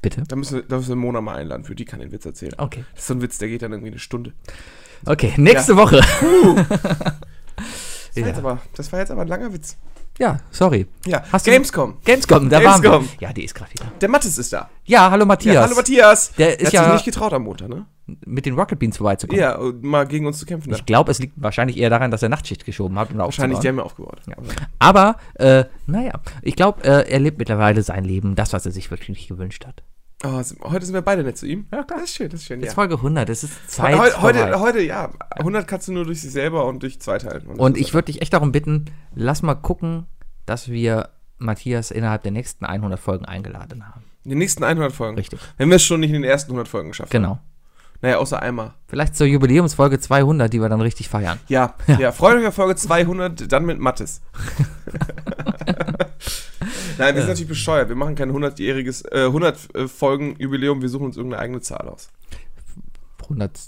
Speaker 3: Bitte?
Speaker 2: Da müssen wir, da müssen wir Mona mal einladen, für die kann den Witz erzählen.
Speaker 3: Okay.
Speaker 2: Das ist so ein Witz, der geht dann irgendwie eine Stunde.
Speaker 3: Okay, nächste Woche.
Speaker 2: Das war,
Speaker 3: Ja.
Speaker 2: jetzt aber, das war jetzt aber ein langer Witz.
Speaker 3: Ja, sorry.
Speaker 2: Ja,
Speaker 3: Hast du-
Speaker 2: Gamescom.
Speaker 3: Gamescom, da waren
Speaker 2: Gamescom.
Speaker 3: wir. Ja, die ist gerade wieder.
Speaker 2: Der Mattes ist da.
Speaker 3: Ja, hallo Matthias.
Speaker 2: Ja, hallo Matthias.
Speaker 3: Der ist
Speaker 2: hat
Speaker 3: ja-
Speaker 2: sich nicht getraut am Montag, ne?
Speaker 3: Mit den Rocket Beans vorbeizukommen.
Speaker 2: Ja, und mal gegen uns zu kämpfen.
Speaker 3: Ich glaube, es liegt wahrscheinlich eher daran, dass er Nachtschicht geschoben hat. Um da
Speaker 2: Wahrscheinlich, die
Speaker 3: aufzubauen.
Speaker 2: haben wir aufgebaut.
Speaker 3: Ja. Aber, äh, naja, ich glaube, äh, er lebt mittlerweile sein Leben, das, was er sich wirklich gewünscht hat.
Speaker 2: Oh, sind- heute sind wir beide nett zu ihm. Ja, klar. Das ist schön, das ist schön.
Speaker 3: Jetzt
Speaker 2: Ja.
Speaker 3: Folge 100, es ist Zeit.
Speaker 2: Heute,
Speaker 3: vorbei.
Speaker 2: heute, heute, ja. 100 kannst du nur durch sich selber und durch zwei teilen.
Speaker 3: Und ich würde dich echt darum bitten, lass mal gucken, dass wir Matthias innerhalb der nächsten 100 Folgen eingeladen haben.
Speaker 2: In den nächsten 100 Folgen.
Speaker 3: Richtig.
Speaker 2: Wenn wir es schon nicht in den ersten 100 Folgen geschafft
Speaker 3: Genau.
Speaker 2: haben. Naja, außer einmal.
Speaker 3: Vielleicht zur Jubiläumsfolge 200, die wir dann richtig feiern.
Speaker 2: Ja, ja. freut euch auf Folge 200, dann mit Mattes. Nein, wir sind natürlich bescheuert. Wir machen kein 100-jähriges, äh, 100-Folgen-Jubiläum. Wir suchen uns irgendeine eigene Zahl aus.
Speaker 3: 100,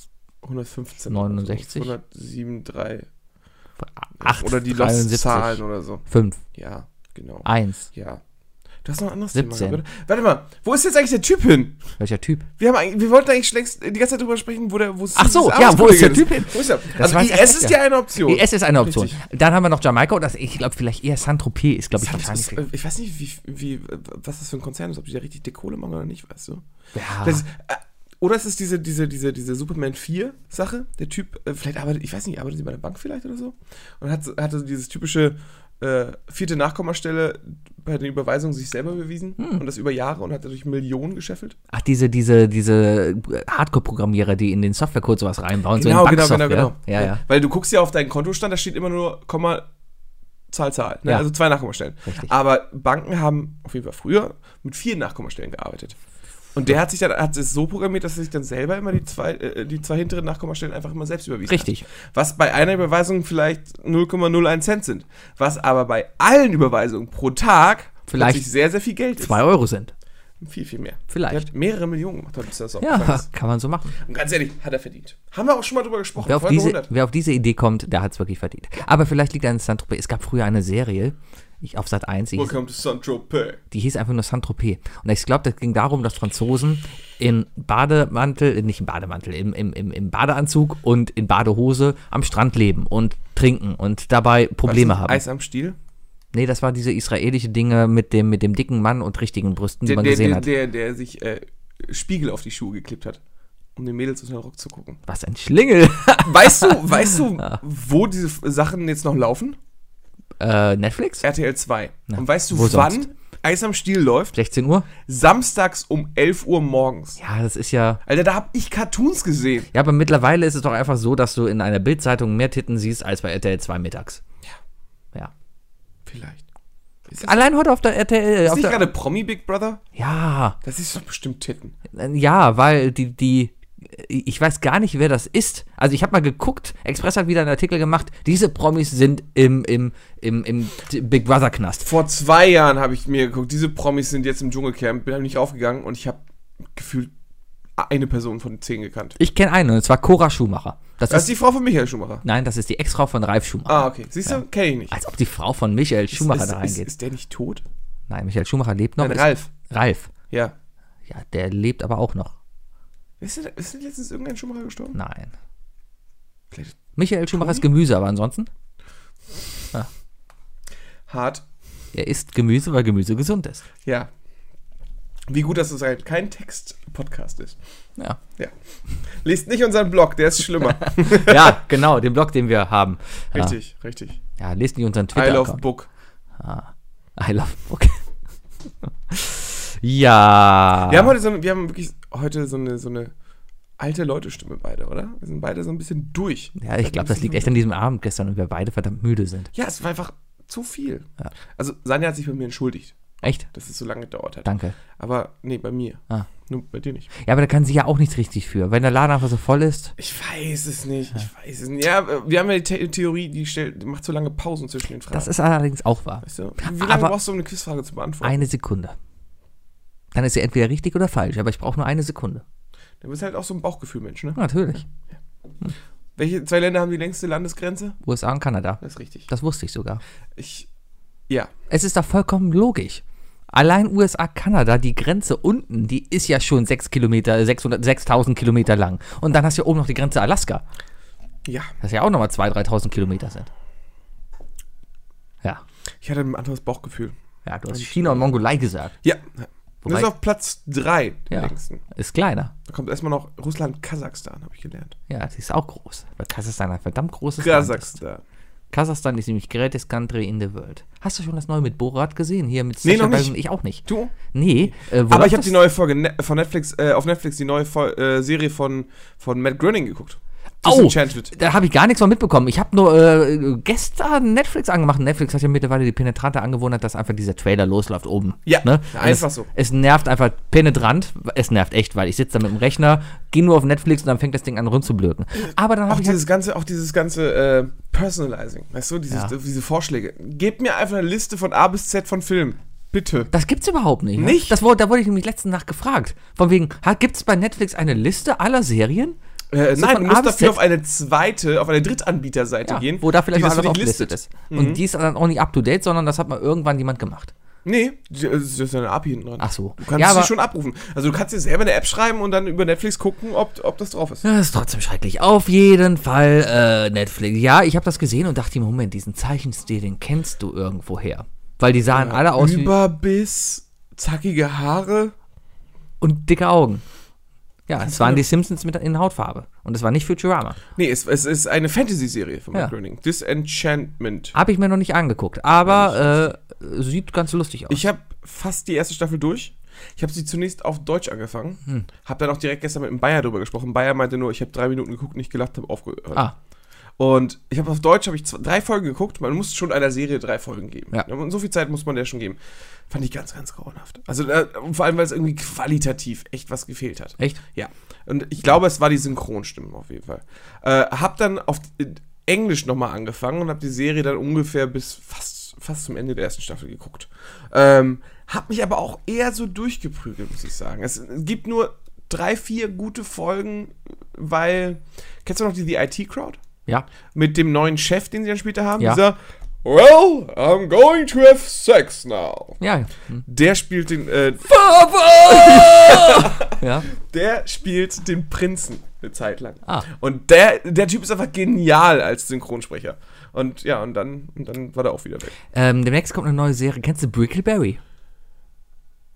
Speaker 2: 115.
Speaker 3: 69.
Speaker 2: 173.
Speaker 3: 8,
Speaker 2: Oder die
Speaker 3: 73,
Speaker 2: Lost-Zahlen oder so.
Speaker 3: 5,
Speaker 2: Ja, genau.
Speaker 3: 1.
Speaker 2: Ja. Du hast noch ein anderes
Speaker 3: 17.
Speaker 2: Thema. gehabt, oder? Warte mal, wo ist jetzt eigentlich der Typ hin?
Speaker 3: Welcher Typ?
Speaker 2: Wir, haben eigentlich, wir wollten eigentlich schon längst die ganze Zeit drüber sprechen, wo der wo
Speaker 3: Ach so,
Speaker 2: dieses
Speaker 3: ja, wo ist der
Speaker 2: Arbeitskollege
Speaker 3: Typ hin?
Speaker 2: Wo ist er?
Speaker 3: Das
Speaker 2: Also
Speaker 3: weiß ich
Speaker 2: IS
Speaker 3: nicht,
Speaker 2: ist
Speaker 3: ja.
Speaker 2: ja eine Option.
Speaker 3: IS ist eine Option.
Speaker 2: Richtig.
Speaker 3: Dann haben wir noch Jamaika und das, ich glaube vielleicht eher Saint-Tropez ist, glaube ich,
Speaker 2: Das ist,
Speaker 3: wahrscheinlich.
Speaker 2: ich weiß nicht, wie, wie, was das für ein Konzern ist, ob die da richtig die Kohle machen oder nicht, weißt du?
Speaker 3: Ja.
Speaker 2: Das ist, äh, oder es ist diese, diese, diese, diese Superman 4 Sache. Der Typ, äh, vielleicht arbeitet, ich weiß nicht, arbeitet sie bei der Bank vielleicht oder so? Und hat, so- hatte so dieses typische äh, vierte Nachkommastelle bei den Überweisungen sich selber bewiesen
Speaker 3: Hm.
Speaker 2: und das über Jahre und hat dadurch Millionen gescheffelt.
Speaker 3: Ach, diese, diese, diese Hardcore-Programmierer, die in den Softwarecodes sowas reinbauen,
Speaker 2: Genau,
Speaker 3: so in Bugsoftware. Ja, ja.
Speaker 2: Weil du guckst ja auf deinen Kontostand, da steht immer nur Komma, Zahl, Zahl. Ne?
Speaker 3: Ja.
Speaker 2: Also zwei Nachkommastellen.
Speaker 3: Richtig.
Speaker 2: Aber Banken haben auf jeden Fall früher mit vier Nachkommastellen gearbeitet. Und der hat sich dann hat es so programmiert, dass er sich dann selber immer die zwei, äh, die zwei hinteren Nachkommastellen einfach immer selbst überwiesen
Speaker 3: Richtig.
Speaker 2: Hat. Was bei einer Überweisung vielleicht 0,01 Cent sind. Was aber bei allen Überweisungen pro Tag
Speaker 3: Vielleicht
Speaker 2: plötzlich sehr, sehr viel Geld
Speaker 3: Zwei Euro sind.
Speaker 2: ist. Viel, viel mehr.
Speaker 3: Vielleicht.
Speaker 2: Der hat mehrere Millionen gemacht, bis das aufgefallen
Speaker 3: Ja,
Speaker 2: ist.
Speaker 3: kann man so machen.
Speaker 2: Und ganz ehrlich, hat er verdient. Haben wir auch schon mal drüber gesprochen.
Speaker 3: Wer auf, diese, wer auf diese Idee kommt, der hat es wirklich verdient. Aber vielleicht liegt er in Saint-Tropez. Es gab früher eine Serie ich, auf Sat 1, die, hieß-
Speaker 2: Welcome to Saint-Tropez.
Speaker 3: die hieß einfach nur Saint-Tropez. Und ich glaube, das ging darum, dass Franzosen in Bademantel, äh, nicht im Bademantel, im, im, im, im Badeanzug und in Badehose am Strand leben und trinken und dabei Probleme haben.
Speaker 2: Eis am Stiel.
Speaker 3: Nee, das war diese israelische Dinge mit dem, mit dem dicken Mann und richtigen Brüsten, die
Speaker 2: Der,
Speaker 3: man
Speaker 2: der,
Speaker 3: gesehen
Speaker 2: der,
Speaker 3: hat.
Speaker 2: der, der sich äh, Spiegel auf die Schuhe geklebt hat, um den Mädels unter den Rock zu gucken.
Speaker 3: Was ein Schlingel!
Speaker 2: Weißt du, weißt du, wo diese F- Sachen jetzt noch laufen?
Speaker 3: äh, Netflix?
Speaker 2: RTL 2. Und weißt du,
Speaker 3: wo
Speaker 2: wann
Speaker 3: sonst?
Speaker 2: Eis am Stiel läuft?
Speaker 3: 16 Uhr?
Speaker 2: Samstags um 11 Uhr morgens.
Speaker 3: Ja, das ist ja.
Speaker 2: Alter, da hab ich Cartoons gesehen.
Speaker 3: Ja, aber mittlerweile ist es doch einfach so, dass du in einer Bildzeitung mehr Titten siehst als bei RTL 2 mittags. Ja. Ja.
Speaker 2: Vielleicht. Ist das,
Speaker 3: Allein heute auf der RTL.
Speaker 2: ist
Speaker 3: äh, Auf
Speaker 2: nicht
Speaker 3: der,
Speaker 2: gerade Promi Big Brother?
Speaker 3: ja,
Speaker 2: Das ist doch bestimmt Titten.
Speaker 3: äh, ja, weil die, die, äh, ich weiß gar nicht, wer das ist. Also ich habe mal geguckt, Express hat wieder einen Artikel gemacht, diese Promis sind im, im, im, im Big Brother Knast.
Speaker 2: Vor zwei Jahren habe ich mir geguckt, diese Promis sind jetzt im Dschungelcamp, bin nicht aufgegangen und ich habe gefühlt eine Person von zehn gekannt.
Speaker 3: Ich kenne einen, und zwar Cora Schumacher. Das
Speaker 2: Das ist
Speaker 3: ist,
Speaker 2: die Frau von Michael Schumacher.
Speaker 3: nein, das ist die Ex-Frau von Ralf Schumacher.
Speaker 2: Ah, okay. Siehst du, kenne ich nicht.
Speaker 3: Als ob die Frau von Michael Schumacher
Speaker 2: ist,
Speaker 3: da
Speaker 2: ist,
Speaker 3: reingeht.
Speaker 2: ist der nicht tot?
Speaker 3: Nein, Michael Schumacher lebt noch.
Speaker 2: Nein,
Speaker 3: Ist-
Speaker 2: Ralf.
Speaker 3: Ralf.
Speaker 2: Ja.
Speaker 3: Ja, der lebt aber auch noch.
Speaker 2: Ist, denn- ist denn letztens irgendein Schumacher gestorben?
Speaker 3: Nein.
Speaker 2: Vielleicht
Speaker 3: Michael Schumacher ist Gemüse, aber ansonsten,
Speaker 2: Hart.
Speaker 3: er isst Gemüse, weil Gemüse gesund ist.
Speaker 2: Ja. Wie gut, dass es halt kein Text-Podcast ist.
Speaker 3: Ja,
Speaker 2: Ja. Lest nicht unseren Blog, der ist schlimmer.
Speaker 3: Ah. ja genau, den Blog, den wir haben.
Speaker 2: richtig, richtig.
Speaker 3: Ja, ja lest nicht unseren
Speaker 2: I love
Speaker 3: Twitter-Account.
Speaker 2: Book.
Speaker 3: I love Book. ja.
Speaker 2: Wir haben heute so eine, wir haben wirklich heute so eine, so eine alte Leute-Stimme beide, oder? Wir sind beide so ein bisschen durch.
Speaker 3: ja, ich glaube, das liegt echt an diesem Abend gestern und wir beide verdammt müde sind.
Speaker 2: Ja, es war einfach zu viel.
Speaker 3: Ja.
Speaker 2: Also Sanja hat sich bei mir entschuldigt.
Speaker 3: Echt?
Speaker 2: dass es so lange gedauert hat.
Speaker 3: Danke.
Speaker 2: Aber nee, bei mir.
Speaker 3: Ah.
Speaker 2: Nur bei dir nicht.
Speaker 3: Ja, aber da kann sie ja auch nichts richtig für. Wenn der Laden einfach so voll ist.
Speaker 2: Ich weiß es nicht. Ich weiß es nicht. Ja, äh, wir haben ja die The Theorie, die stellt, die macht so lange Pausen zwischen den Fragen.
Speaker 3: Das ist allerdings auch wahr.
Speaker 2: weißt du? Wie lange
Speaker 3: Aber-
Speaker 2: brauchst du, um eine Quizfrage zu beantworten?
Speaker 3: Eine Sekunde. Dann ist sie entweder richtig oder falsch, aber ich brauche nur eine Sekunde.
Speaker 2: Du bist halt auch so ein Bauchgefühlmensch, ne?
Speaker 3: Natürlich.
Speaker 2: Welche zwei Länder haben die längste Landesgrenze?
Speaker 3: USA und Kanada.
Speaker 2: Das ist richtig.
Speaker 3: Das wusste ich sogar.
Speaker 2: Ich. Ja.
Speaker 3: Es ist doch vollkommen logisch. Allein USA-Kanada, die Grenze unten, die ist ja schon 6 Kilometer, 600, 6000 Kilometer lang. Und dann hast du ja oben noch die Grenze Alaska,
Speaker 2: Ja.
Speaker 3: das ja auch nochmal 2.000, 3.000 Kilometer sind. Ja.
Speaker 2: Ich hatte ein anderes Bauchgefühl.
Speaker 3: Ja, du hast China und Mongolei gesagt.
Speaker 2: Ja.
Speaker 3: Wobei-
Speaker 2: das ist auf Platz 3 der
Speaker 3: Ja.
Speaker 2: längsten.
Speaker 3: Ist kleiner.
Speaker 2: Da kommt erstmal noch Russland, Kasachstan, habe ich gelernt.
Speaker 3: Ja, die ist auch groß. Weil Kasachstan ein verdammt großes Land ist.
Speaker 2: Kasachstan.
Speaker 3: Kasachstan ist nämlich greatest country in the world. Hast du schon das neue mit Borat gesehen? Hier mit
Speaker 2: Nee,
Speaker 3: Sacha
Speaker 2: noch nicht.
Speaker 3: Baron- Ich auch nicht.
Speaker 2: Du?
Speaker 3: Nee. Äh, wo
Speaker 2: Aber
Speaker 3: läuft
Speaker 2: ich habe
Speaker 3: das?
Speaker 2: die neue Folge ne von Netflix, äh, auf Netflix die neue Fol äh, Serie von, von Matt Groening geguckt.
Speaker 3: Au!
Speaker 2: Disenchanted.
Speaker 3: Da habe ich gar nichts von mitbekommen. Ich habe nur äh, gestern Netflix angemacht. Netflix hat ja mittlerweile die penetrante Angewohnheit, dass einfach dieser Trailer losläuft oben.
Speaker 2: Ja,
Speaker 3: ne?
Speaker 2: einfach
Speaker 3: Und es,
Speaker 2: so.
Speaker 3: Es nervt einfach penetrant. Es nervt echt, weil ich sitze da mit dem Rechner, gehe nur auf Netflix und dann fängt das Ding an rumzublöken. Aber dann
Speaker 2: Auch
Speaker 3: habe ich halt,
Speaker 2: dieses ganze, auch dieses ganze äh, Personalizing, weißt du, dieses,
Speaker 3: Ja.
Speaker 2: diese Vorschläge. Gebt mir einfach eine Liste von A bis Z von Filmen. Bitte.
Speaker 3: das gibt's überhaupt nicht. ne?
Speaker 2: Nicht?
Speaker 3: Das, wurde- da wurde ich nämlich letzten Nacht gefragt. Von wegen, ha, gibt's bei Netflix eine Liste aller Serien?
Speaker 2: Äh,
Speaker 3: So
Speaker 2: nein,
Speaker 3: von
Speaker 2: du
Speaker 3: A
Speaker 2: musst
Speaker 3: bis
Speaker 2: dafür
Speaker 3: Z.
Speaker 2: auf eine zweite, auf eine Drittanbieterseite
Speaker 3: Ja,
Speaker 2: gehen.
Speaker 3: wo da vielleicht
Speaker 2: die
Speaker 3: mal
Speaker 2: das
Speaker 3: alles
Speaker 2: für dich
Speaker 3: aufgelistet ist.
Speaker 2: Mhm.
Speaker 3: Und die ist dann auch nicht up to date, sondern das hat mal irgendwann jemand gemacht.
Speaker 2: Nee, äh, das ist eine API hinten dran.
Speaker 3: Ach so.
Speaker 2: Du kannst
Speaker 3: ja,
Speaker 2: sie
Speaker 3: aber
Speaker 2: schon abrufen. Also du kannst dir selber eine App schreiben und dann über Netflix gucken, ob, ob das drauf ist.
Speaker 3: das ist trotzdem schrecklich. Auf jeden Fall äh, Netflix. Ja, ich habe das gesehen und dachte, Moment, diesen Zeichenstil, den kennst du irgendwoher. Weil die sahen alle aus wie
Speaker 2: Überbiss, zackige Haare.
Speaker 3: und dicke Augen. Ja, es waren die Simpsons mit in Hautfarbe. Und es war nicht Futurama.
Speaker 2: Nee, es, es ist eine Fantasy-Serie von Matt
Speaker 3: Ja.
Speaker 2: Groening. Disenchantment.
Speaker 3: Habe ich mir noch nicht angeguckt, aber äh, sieht ganz lustig aus.
Speaker 2: Ich habe fast die erste Staffel durch. Ich habe sie zunächst auf Deutsch angefangen.
Speaker 3: Hm.
Speaker 2: Habe dann auch direkt gestern mit dem Bayer drüber gesprochen. Bayer meinte nur, ich habe drei Minuten geguckt, nicht gelacht, habe aufgehört.
Speaker 3: ah,
Speaker 2: Und ich habe auf Deutsch habe ich zwei, drei Folgen geguckt. Man muss schon einer Serie drei Folgen geben.
Speaker 3: Ja.
Speaker 2: Und so viel Zeit muss man der schon geben. Fand ich ganz, ganz grauenhaft. Also da, und vor allem, weil es irgendwie qualitativ echt was gefehlt hat.
Speaker 3: echt?
Speaker 2: Ja. Und ich glaube, es war die Synchronstimmen auf jeden Fall. Äh, hab dann auf äh, Englisch nochmal angefangen und hab die Serie dann ungefähr bis fast, fast zum Ende der ersten Staffel geguckt. Ähm, hab mich aber auch eher so durchgeprügelt, muss ich sagen. Es gibt nur drei, vier gute Folgen, weil. Kennst du noch die, die IT-Crowd?
Speaker 3: Ja.
Speaker 2: mit dem neuen Chef, den sie dann später haben,
Speaker 3: Ja.
Speaker 2: dieser Well, I'm going to have sex now.
Speaker 3: Ja. Hm.
Speaker 2: Der spielt den, äh,
Speaker 3: ja.
Speaker 2: der spielt den Prinzen eine Zeit lang.
Speaker 3: Ah.
Speaker 2: Und der, der Typ ist einfach genial als Synchronsprecher. Und ja, und dann, und dann war der auch wieder weg.
Speaker 3: Ähm, demnächst kommt eine neue Serie. Kennst du Brickleberry?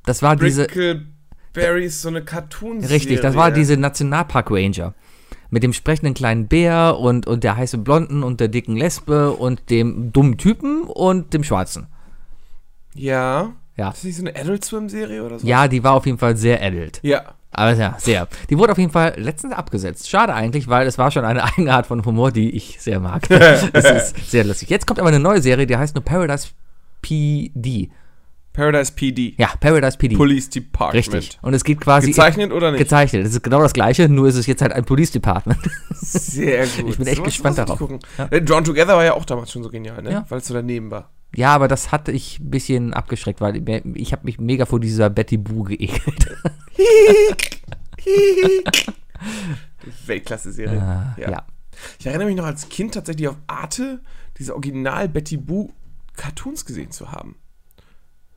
Speaker 3: Das war diese.
Speaker 2: Brickleberry ist so eine Cartoon-Serie.
Speaker 3: Richtig, das war diese Nationalpark Ranger. Mit dem sprechenden kleinen Bär und, und der heißen Blonden und der dicken Lesbe und dem dummen Typen und dem Schwarzen.
Speaker 2: Ja.
Speaker 3: Ja.
Speaker 2: Ist das nicht so eine Adult Swim-Serie oder so?
Speaker 3: Ja, die war auf jeden Fall sehr adult.
Speaker 2: Ja.
Speaker 3: Aber ja, sehr. Die wurde auf jeden Fall letztens abgesetzt. Schade eigentlich, weil es war schon eine eigene Art von Humor, die ich sehr mag. es ist sehr lustig. Jetzt kommt aber eine neue Serie, die heißt nur Paradise PD.
Speaker 2: Paradise PD.
Speaker 3: Ja, Paradise PD.
Speaker 2: Police Department.
Speaker 3: Richtig. Also Und es geht quasi
Speaker 2: Gezeichnet oder nicht?
Speaker 3: gezeichnet. Es ist genau das gleiche, nur ist es jetzt halt ein Police Department.
Speaker 2: Sehr gut.
Speaker 3: Ich bin echt
Speaker 2: Sowas
Speaker 3: gespannt
Speaker 2: muss ich
Speaker 3: darauf.
Speaker 2: gucken. Äh, Drawn Together war ja auch damals schon so genial, ne?
Speaker 3: Ja.
Speaker 2: Weil es so daneben war.
Speaker 3: Ja, aber das hatte ich ein bisschen abgeschreckt, weil ich habe mich mega vor dieser Betty Boo geekelt.
Speaker 2: Weltklasse-Serie.
Speaker 3: Ah, Ja.
Speaker 2: Ich erinnere mich noch als Kind tatsächlich auf Arte, diese Original Betty Boo Cartoons gesehen zu haben.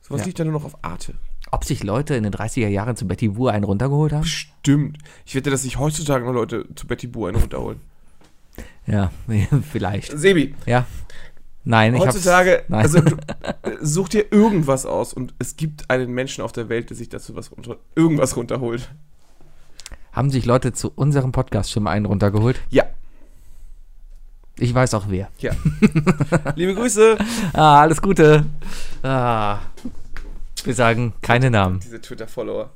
Speaker 2: Sowas
Speaker 3: Ja.
Speaker 2: liegt dann nur noch auf Arte.
Speaker 3: Ob sich Leute in den 30er Jahren zu Betty Boo einen runtergeholt haben?
Speaker 2: Stimmt. Ich wette, dass sich heutzutage noch Leute zu Betty Boo einen runterholen.
Speaker 3: Ja, vielleicht.
Speaker 2: Sebi,
Speaker 3: Ja. Nein, ich
Speaker 2: heutzutage,
Speaker 3: hab's, nein.
Speaker 2: also du, äh, such dir irgendwas aus und es gibt einen Menschen auf der Welt, der sich dazu was runter, irgendwas runterholt.
Speaker 3: haben sich Leute zu unserem Podcast schon mal einen runtergeholt?
Speaker 2: Ja,
Speaker 3: Ich weiß auch wer.
Speaker 2: ja. Liebe Grüße.
Speaker 3: Ah, alles Gute. Ah. Wir sagen keine Namen.
Speaker 2: Diese Twitter-Follower.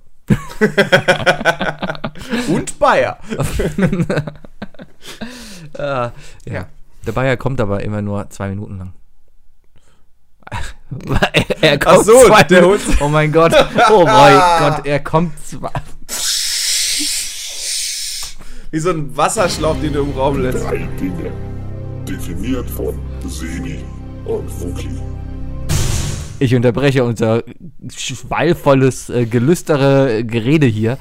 Speaker 2: und Bayer.
Speaker 3: Ah, ja.
Speaker 2: Ja.
Speaker 3: Der Bayer kommt aber immer nur zwei Minuten lang. er, er kommt
Speaker 2: Ach so,
Speaker 3: zwei
Speaker 2: der
Speaker 3: Minuten- Oh mein Gott. Oh mein Gott, er kommt zwei.
Speaker 2: Wie so ein Wasserschlauch, den du im Raum lässt.
Speaker 4: Drei Dinge. Definiert von Semi und Wookie.
Speaker 3: Ich unterbreche unser schweilvolles, äh, gelüstere Gerede hier.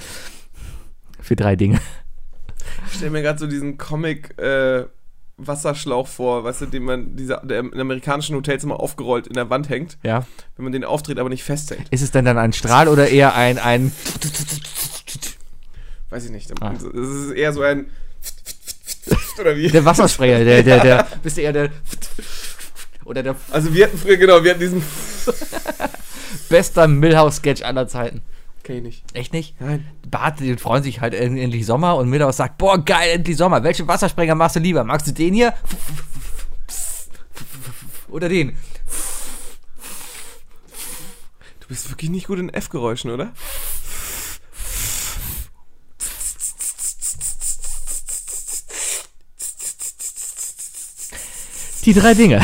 Speaker 3: Für drei Dinge.
Speaker 2: Ich stelle mir gerade so diesen Comic äh, Wasserschlauch vor, weißt du, den man dieser, der im amerikanischen Hotelzimmer aufgerollt in der Wand hängt,
Speaker 3: Ja.
Speaker 2: wenn man den aufdreht, aber nicht festhält.
Speaker 3: Ist es denn dann ein Strahl oder eher ein, ein.
Speaker 2: Weiß ich nicht.
Speaker 3: Ah.
Speaker 2: Es ist eher so ein oder wie?
Speaker 3: Der Wassersprayer, der, der, der. Bist du eher der. Oder der
Speaker 2: Also wir hatten früher, genau, wir hatten diesen
Speaker 3: bester Millhouse-Sketch aller Zeiten.
Speaker 2: Kenn ich nicht.
Speaker 3: Echt nicht?
Speaker 2: Nein.
Speaker 3: Bart, die freuen sich halt en- endlich Sommer und Millhouse sagt, boah, geil, endlich Sommer. Welchen Wassersprenger machst du lieber? Magst du den hier? Oder den?
Speaker 2: Du bist wirklich nicht gut in F-Geräuschen, oder?
Speaker 3: Die drei Dinge.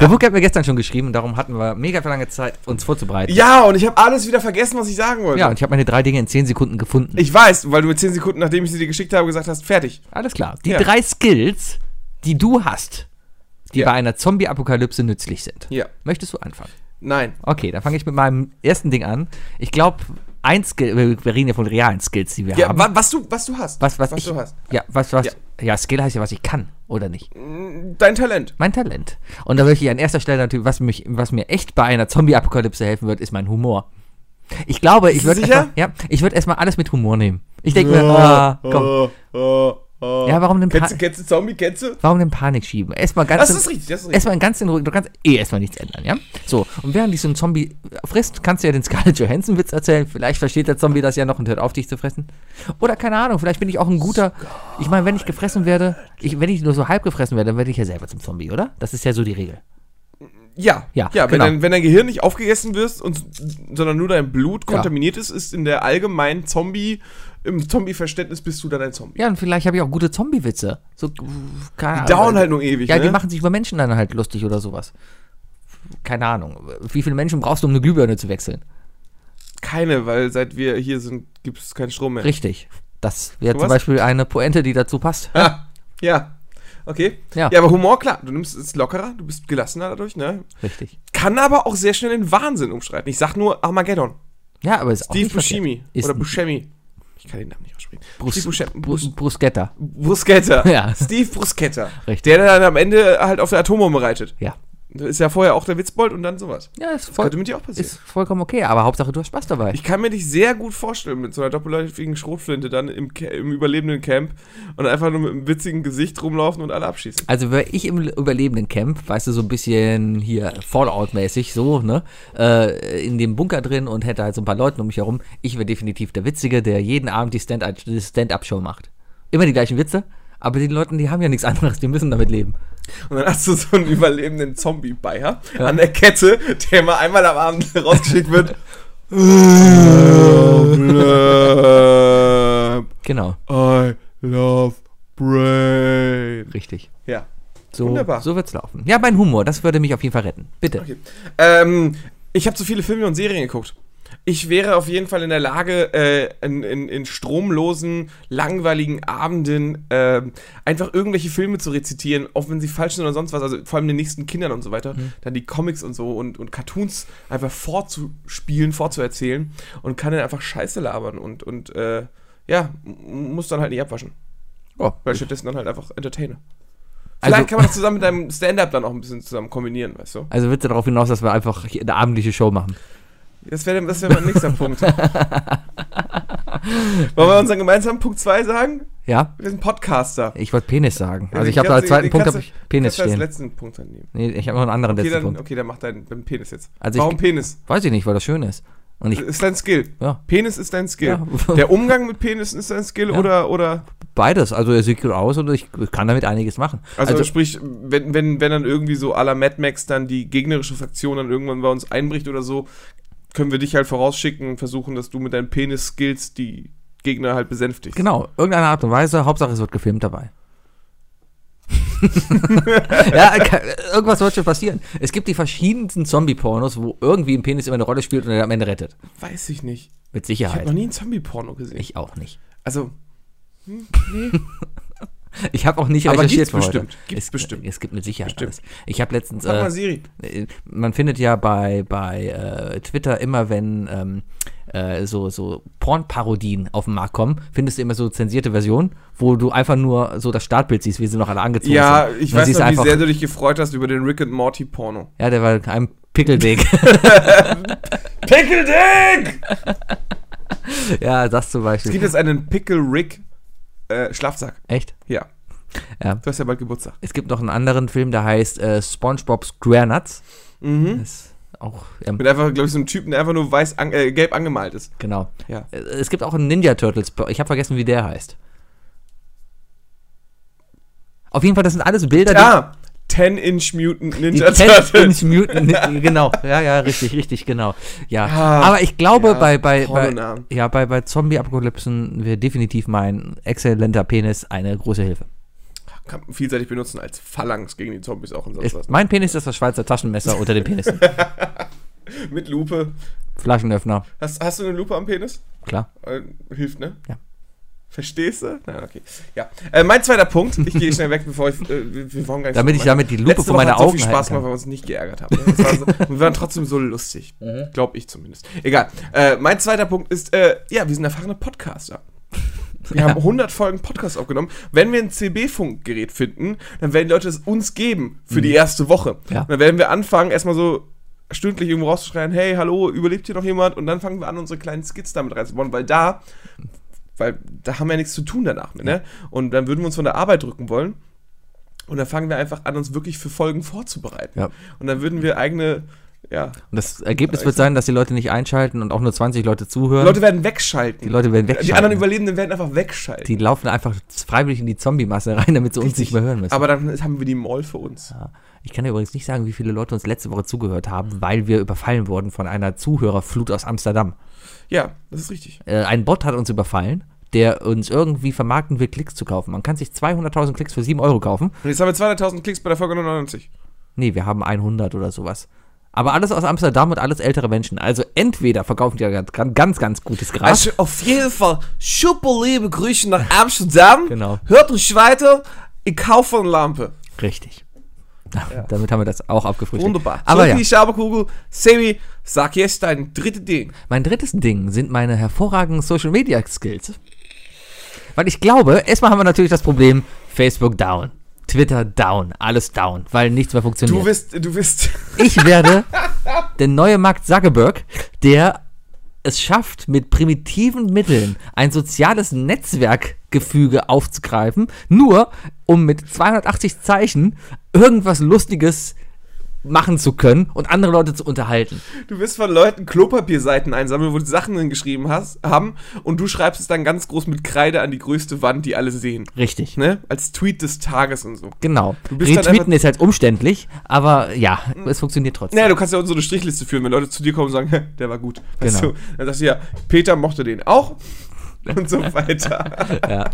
Speaker 3: Der Book hat mir gestern schon geschrieben und darum hatten wir mega lange Zeit, uns vorzubereiten.
Speaker 2: Ja, und ich habe alles wieder vergessen, was ich sagen wollte.
Speaker 3: Ja, und ich habe meine drei Dinge in zehn Sekunden gefunden.
Speaker 2: Ich weiß, weil du mir 10 Sekunden, nachdem ich sie dir geschickt habe, gesagt hast, fertig.
Speaker 3: Alles klar. Die
Speaker 2: Ja.
Speaker 3: drei Skills, die du hast, die bei einer Zombie-Apokalypse nützlich sind.
Speaker 2: Ja.
Speaker 3: Möchtest du anfangen?
Speaker 2: Nein.
Speaker 3: Okay, dann fange ich mit meinem ersten Ding an. Ich glaube, ein Skill, wir- wir reden ja von realen Skills, die wir
Speaker 2: Ja,
Speaker 3: haben.
Speaker 2: wa was, du, was du hast.
Speaker 3: was, was, ich,
Speaker 2: du hast.
Speaker 3: Ja, was, was,
Speaker 2: Ja.
Speaker 3: ja. Skill heißt ja, was ich kann, oder nicht?
Speaker 2: Dein Talent.
Speaker 3: Mein Talent. Und da möchte ich an erster Stelle natürlich, was, mich, was mir echt bei einer Zombie-Apokalypse helfen wird, ist mein Humor. Ich glaube, ich
Speaker 2: Sie
Speaker 3: würde
Speaker 2: sicher? Oh,
Speaker 3: erstmal ja, ich würd erstmal alles mit Humor nehmen. Ich denke mir, ah, komm, Ja, warum denn
Speaker 2: Kennst
Speaker 3: Pa-
Speaker 2: du, kennst du Zombie? Kennst du?
Speaker 3: warum denn Panik schieben? Erstmal ganz
Speaker 2: Das
Speaker 3: in-
Speaker 2: ist richtig, das ist richtig.
Speaker 3: Erstmal ganz in Ruhe, du kannst eh erstmal nichts ändern, ja? So, und während dich so ein Zombie äh, frisst, kannst du ja den Scarlett Johansson-Witz erzählen. Vielleicht versteht der Zombie das ja noch und hört auf, dich zu fressen. Oder keine Ahnung, vielleicht bin ich auch ein guter. Ich meine, wenn ich gefressen werde, ich, wenn ich nur so halb gefressen werde, dann werde ich ja selber zum Zombie, oder? Das ist ja so die Regel.
Speaker 2: Ja, ja,
Speaker 3: Ja,
Speaker 2: wenn,
Speaker 3: genau.
Speaker 2: dein, wenn dein Gehirn nicht aufgegessen wirst, und, sondern nur dein Blut kontaminiert ist, ist in der allgemeinen Zombie, im Zombie-Verständnis bist du dann ein Zombie.
Speaker 3: Ja, und vielleicht habe ich auch gute Zombie-Witze. So, keine Ahnung.
Speaker 2: Die dauern halt nur ewig,
Speaker 3: Ja,
Speaker 2: ne?
Speaker 3: die machen sich über Menschen dann halt lustig oder sowas. Keine Ahnung. Wie viele Menschen brauchst du, um eine Glühbirne zu wechseln?
Speaker 2: Keine, weil seit wir hier sind, gibt es keinen Strom mehr.
Speaker 3: Richtig. Das wäre
Speaker 2: Du
Speaker 3: zum
Speaker 2: was?
Speaker 3: Beispiel eine Pointe, die dazu passt.
Speaker 2: Ah, ja. Okay. Ja.
Speaker 3: Ja.
Speaker 2: aber Humor, klar, du nimmst es lockerer, du bist gelassener dadurch, ne?
Speaker 3: Richtig.
Speaker 2: Kann aber auch sehr schnell in Wahnsinn umschreiten. Ich sag nur Armageddon.
Speaker 3: Ja, aber ist auch
Speaker 2: Steve
Speaker 3: nicht verkehrt.
Speaker 2: Buscemi
Speaker 3: Ist
Speaker 2: oder Buscemi. Ich kann den Namen nicht aussprechen.
Speaker 3: Brus
Speaker 2: Steve Buscemi.
Speaker 3: Brus
Speaker 2: Bus
Speaker 3: Bruschetta.
Speaker 2: Bruschetta.
Speaker 3: Ja.
Speaker 2: Steve Bruschetta.
Speaker 3: Richtig.
Speaker 2: Der dann am Ende halt auf der Atombombe reitet.
Speaker 3: Ja.
Speaker 2: Da ist ja vorher auch der Witzbold und dann sowas.
Speaker 3: Ja, ist,
Speaker 2: Das
Speaker 3: voll,
Speaker 2: könnte mit dir auch passieren.
Speaker 3: ist vollkommen okay, aber Hauptsache du hast Spaß dabei.
Speaker 2: Ich kann mir dich sehr gut vorstellen mit so einer doppelläufigen Schrotflinte dann im, Ca- im überlebenden Camp und einfach nur mit einem witzigen Gesicht rumlaufen und alle abschießen.
Speaker 3: also wäre ich im überlebenden Camp, weißt du, so ein bisschen hier Fallout-mäßig, so, ne, äh, in dem Bunker drin und hätte halt so ein paar Leute um mich herum, ich wäre definitiv der Witzige, der jeden Abend die Stand- die Stand-Up-Show macht. Immer die gleichen Witze, aber die Leute, die haben ja nichts anderes, die müssen damit leben.
Speaker 2: Und dann hast du so einen überlebenden Zombie bei ja? an der Kette, der mal einmal am Abend rausgeschickt wird.
Speaker 3: Genau,
Speaker 2: I love brain.
Speaker 3: richtig.
Speaker 2: Ja.
Speaker 3: So,
Speaker 2: Wunderbar.
Speaker 3: so wird's laufen. Ja, mein Humor, das würde mich auf jeden Fall retten. Bitte.
Speaker 2: Okay. Ähm, ich habe zu viele Filme und Serien geguckt. Ich wäre auf jeden Fall in der Lage, äh, in, in, in stromlosen, langweiligen Abenden ähm, einfach irgendwelche Filme zu rezitieren, auch wenn sie falsch sind oder sonst was, also vor allem den nächsten Kindern und so weiter, dann die Comics und so und, und Cartoons einfach vorzuspielen, vorzuerzählen und kann dann einfach Scheiße labern und, und äh, ja, m- muss dann halt nicht abwaschen.
Speaker 3: Oh,
Speaker 2: Weil ich stattdessen dann halt einfach entertaine.
Speaker 3: Also-
Speaker 2: Vielleicht kann man das zusammen mit deinem Stand-Up dann auch ein bisschen zusammen kombinieren, weißt du?
Speaker 3: Also willst du darauf hinaus, dass wir einfach hier eine abendliche Show machen?
Speaker 2: Das wäre das wär mein nächster Punkt. Wollen wir unseren gemeinsamen Punkt 2 sagen?
Speaker 3: Ja?
Speaker 2: Wir sind Podcaster.
Speaker 3: Ich wollte Penis sagen. Also ich
Speaker 2: Den
Speaker 3: habe da
Speaker 2: kannst
Speaker 3: als
Speaker 2: du-
Speaker 3: zweiten
Speaker 2: den
Speaker 3: Punkt
Speaker 2: kannst
Speaker 3: hab
Speaker 2: du-
Speaker 3: ich Penis
Speaker 2: kannst du als
Speaker 3: stehen.
Speaker 2: letzten Punkt dann nehmen.
Speaker 3: Nee, ich habe noch einen anderen
Speaker 2: Okay
Speaker 3: letzten
Speaker 2: dann,
Speaker 3: Punkt.
Speaker 2: okay, dann mach deinen deinen Penis jetzt.
Speaker 3: Also ich-
Speaker 2: Warum Penis?
Speaker 3: Weiß ich nicht, weil das schön ist. Und ich,
Speaker 2: Das ist dein Skill.
Speaker 3: ja,
Speaker 2: Penis ist dein Skill.
Speaker 3: Ja.
Speaker 2: Der Umgang mit Penissen ist dein Skill
Speaker 3: Ja.
Speaker 2: oder, oder.
Speaker 3: beides. Also er sieht gut aus und ich kann damit einiges machen.
Speaker 2: Also,
Speaker 3: Also,
Speaker 2: sprich, wenn, wenn, wenn dann irgendwie so à la Mad Max dann die gegnerische Fraktion dann irgendwann bei uns einbricht oder so, können wir dich halt vorausschicken und versuchen, dass du mit deinen Penis-Skills die Gegner halt besänftigst.
Speaker 3: genau, irgendeine Art und Weise. Hauptsache es wird gefilmt dabei. ja, ke- irgendwas wird schon passieren. Es gibt die verschiedensten Zombie-Pornos, wo irgendwie ein Penis immer eine Rolle spielt und er am Ende rettet.
Speaker 2: Weiß ich nicht.
Speaker 3: Mit
Speaker 2: Ich habe
Speaker 3: Sicherheit.
Speaker 2: noch nie einen Zombie-Porno gesehen.
Speaker 3: Ich auch nicht.
Speaker 2: also,
Speaker 3: Ich habe auch nicht
Speaker 2: Aber gibt's
Speaker 3: recherchiert für heute.
Speaker 2: bestimmt. Gibt's
Speaker 3: es,
Speaker 2: bestimmt.
Speaker 3: Es gibt mit Sicherheit
Speaker 2: Bestimmt.
Speaker 3: alles. Ich habe letztens,
Speaker 2: sag mal,
Speaker 3: äh,
Speaker 2: Siri.
Speaker 3: äh, man findet ja bei, bei äh, Twitter immer, wenn ähm, äh, so, so Pornparodien auf den Markt kommen, findest du immer so zensierte Versionen, wo du einfach nur so das Startbild siehst, wie sie noch alle angezogen
Speaker 2: Ja,
Speaker 3: sind.
Speaker 2: ich
Speaker 3: Dann
Speaker 2: weiß
Speaker 3: siehst
Speaker 2: noch,
Speaker 3: du
Speaker 2: wie sehr du dich gefreut hast über den Rick and Morty Porno.
Speaker 3: Ja, der war ein Pickeldick.
Speaker 2: Pickle Dick!
Speaker 3: ja, das zum
Speaker 2: Es
Speaker 3: Beispiel.
Speaker 2: gibt jetzt einen Pickle Rick äh, Schlafsack.
Speaker 3: Echt?
Speaker 2: Ja.
Speaker 3: Ja.
Speaker 2: Du hast ja bald Geburtstag.
Speaker 3: Es gibt noch einen anderen Film, der heißt äh, SpongeBob SquareNuts.
Speaker 2: Mhm.
Speaker 3: Ist auch, ähm,
Speaker 2: Mit einfach, glaube ich, so einem Typen, der einfach nur weiß an, äh, gelb angemalt ist.
Speaker 3: genau.
Speaker 2: Ja.
Speaker 3: Äh, Es gibt auch einen Ninja Turtles. Ich habe vergessen, wie der heißt. Auf jeden Fall, das sind alles Bilder,
Speaker 2: Ja! 10-inch Mutant
Speaker 3: die, die
Speaker 2: Ninja Turtles.
Speaker 3: Test Mutant, genau, ja, ja, richtig, richtig, genau, ja.
Speaker 2: Ah,
Speaker 3: Aber ich glaube,
Speaker 2: ja,
Speaker 3: bei bei bei,
Speaker 2: Pornonamen.
Speaker 3: ja, bei bei Zombie-Apokalypsen wäre definitiv mein exzellenter Penis eine große Hilfe.
Speaker 2: Kann man vielseitig benutzen als Phalanx gegen die Zombies auch und sonst
Speaker 3: Ist,
Speaker 2: was.
Speaker 3: mein Penis ist das Schweizer Taschenmesser unter dem Penis.
Speaker 2: Mit Lupe.
Speaker 3: Flaschenöffner,
Speaker 2: Hast, hast du eine Lupe am Penis?
Speaker 3: klar.
Speaker 2: Äh, hilft, ne?
Speaker 3: Ja.
Speaker 2: Verstehst du? Na, okay. Ja. Äh, mein zweiter Punkt. Ich gehe schnell weg, bevor ich. Äh, wir- wir wollen gar nicht
Speaker 3: Damit
Speaker 2: so
Speaker 3: ich damit die Lupe
Speaker 2: Letzte
Speaker 3: vor
Speaker 2: Woche
Speaker 3: meine
Speaker 2: hat so
Speaker 3: Augen
Speaker 2: viel
Speaker 3: halten
Speaker 2: Spaß gemacht,
Speaker 3: kann.
Speaker 2: weil wir uns nicht geärgert haben. Das war so, und wir waren trotzdem so lustig. Glaube ich zumindest. Egal. Äh, mein zweiter Punkt ist, äh, ja, wir sind erfahrene Podcaster. Wir haben 100 Folgen Podcast aufgenommen. Wenn wir ein CB-Funkgerät finden, dann werden die Leute es uns geben für die erste Woche.
Speaker 3: Mhm. Ja.
Speaker 2: Und dann werden wir anfangen, erstmal so stündlich irgendwo rauszuschreien, hey, hallo, überlebt hier noch jemand? Und dann fangen wir an, unsere kleinen Skits damit reinzubauen, weil da, weil da haben wir ja nichts zu tun danach. Mit, ne? Und dann würden wir uns von der Arbeit drücken wollen. Und dann fangen wir einfach an, uns wirklich für Folgen vorzubereiten.
Speaker 3: Ja.
Speaker 2: Und dann würden wir eigene, ja,
Speaker 3: Und das Ergebnis wird sein, dass die Leute nicht einschalten und auch nur 20 Leute zuhören.
Speaker 2: die Leute werden wegschalten.
Speaker 3: die Leute werden wegschalten.
Speaker 2: Die anderen Überlebenden werden einfach wegschalten.
Speaker 3: Die laufen einfach freiwillig in die Zombie-Masse rein, damit sie uns nicht mehr hören müssen.
Speaker 2: Aber dann haben wir die Mall für uns.
Speaker 3: Ja. ich kann dir übrigens nicht sagen, wie viele Leute uns letzte Woche zugehört haben, weil wir überfallen wurden von einer Zuhörerflut aus Amsterdam.
Speaker 2: Ja, das ist richtig.
Speaker 3: Äh, ein Bot hat uns überfallen, der uns irgendwie vermarkten will, Klicks zu kaufen. Man kann sich 200.000 Klicks für 7 Euro kaufen.
Speaker 2: Und jetzt haben wir 200.000 Klicks bei der Folge 99.
Speaker 3: Nee, wir haben 100 oder sowas. Aber alles aus Amsterdam und alles ältere Menschen. Also entweder verkaufen die ja ganz, ganz, ganz gutes Gras.
Speaker 2: auf jeden Fall super liebe Grüße nach Amsterdam.
Speaker 3: Genau.
Speaker 2: Hört uns weiter. Ich kaufe eine Lampe.
Speaker 3: Richtig. Damit haben wir das auch abgefrühstückt.
Speaker 2: Wunderbar.
Speaker 3: Aber
Speaker 2: Zurück
Speaker 3: ja,
Speaker 2: in die Schaberkugel. Semi, sag jetzt dein drittes Ding.
Speaker 3: mein drittes Ding sind meine hervorragenden Social Media Skills. Weil ich glaube, erstmal haben wir natürlich das Problem, Facebook down, Twitter down, alles down, weil nichts mehr
Speaker 2: Du
Speaker 3: funktioniert.
Speaker 2: wirst, du wirst,
Speaker 3: ich werde der neue Mark Zuckerberg, der es schafft, mit primitiven Mitteln ein soziales Netzwerkgefüge aufzugreifen, nur um mit 280 Zeichen irgendwas Lustiges machen zu können und andere Leute zu unterhalten.
Speaker 2: du wirst von Leuten Klopapierseiten einsammeln, wo die Sachen drin geschrieben hast, haben und du schreibst es dann ganz groß mit Kreide an die größte Wand, die alle sehen.
Speaker 3: Richtig.
Speaker 2: Ne? Als Tweet des Tages und so.
Speaker 3: Genau.
Speaker 2: bist halt
Speaker 3: Retweeten
Speaker 2: einfach-
Speaker 3: ist halt umständlich, aber ja, es funktioniert trotzdem.
Speaker 2: Naja, du kannst ja auch so eine Strichliste führen, wenn Leute zu dir kommen und sagen, der war gut. Weißt
Speaker 3: Genau.
Speaker 2: du? Dann sagst du ja, Peter mochte den auch und so weiter.
Speaker 3: Ja.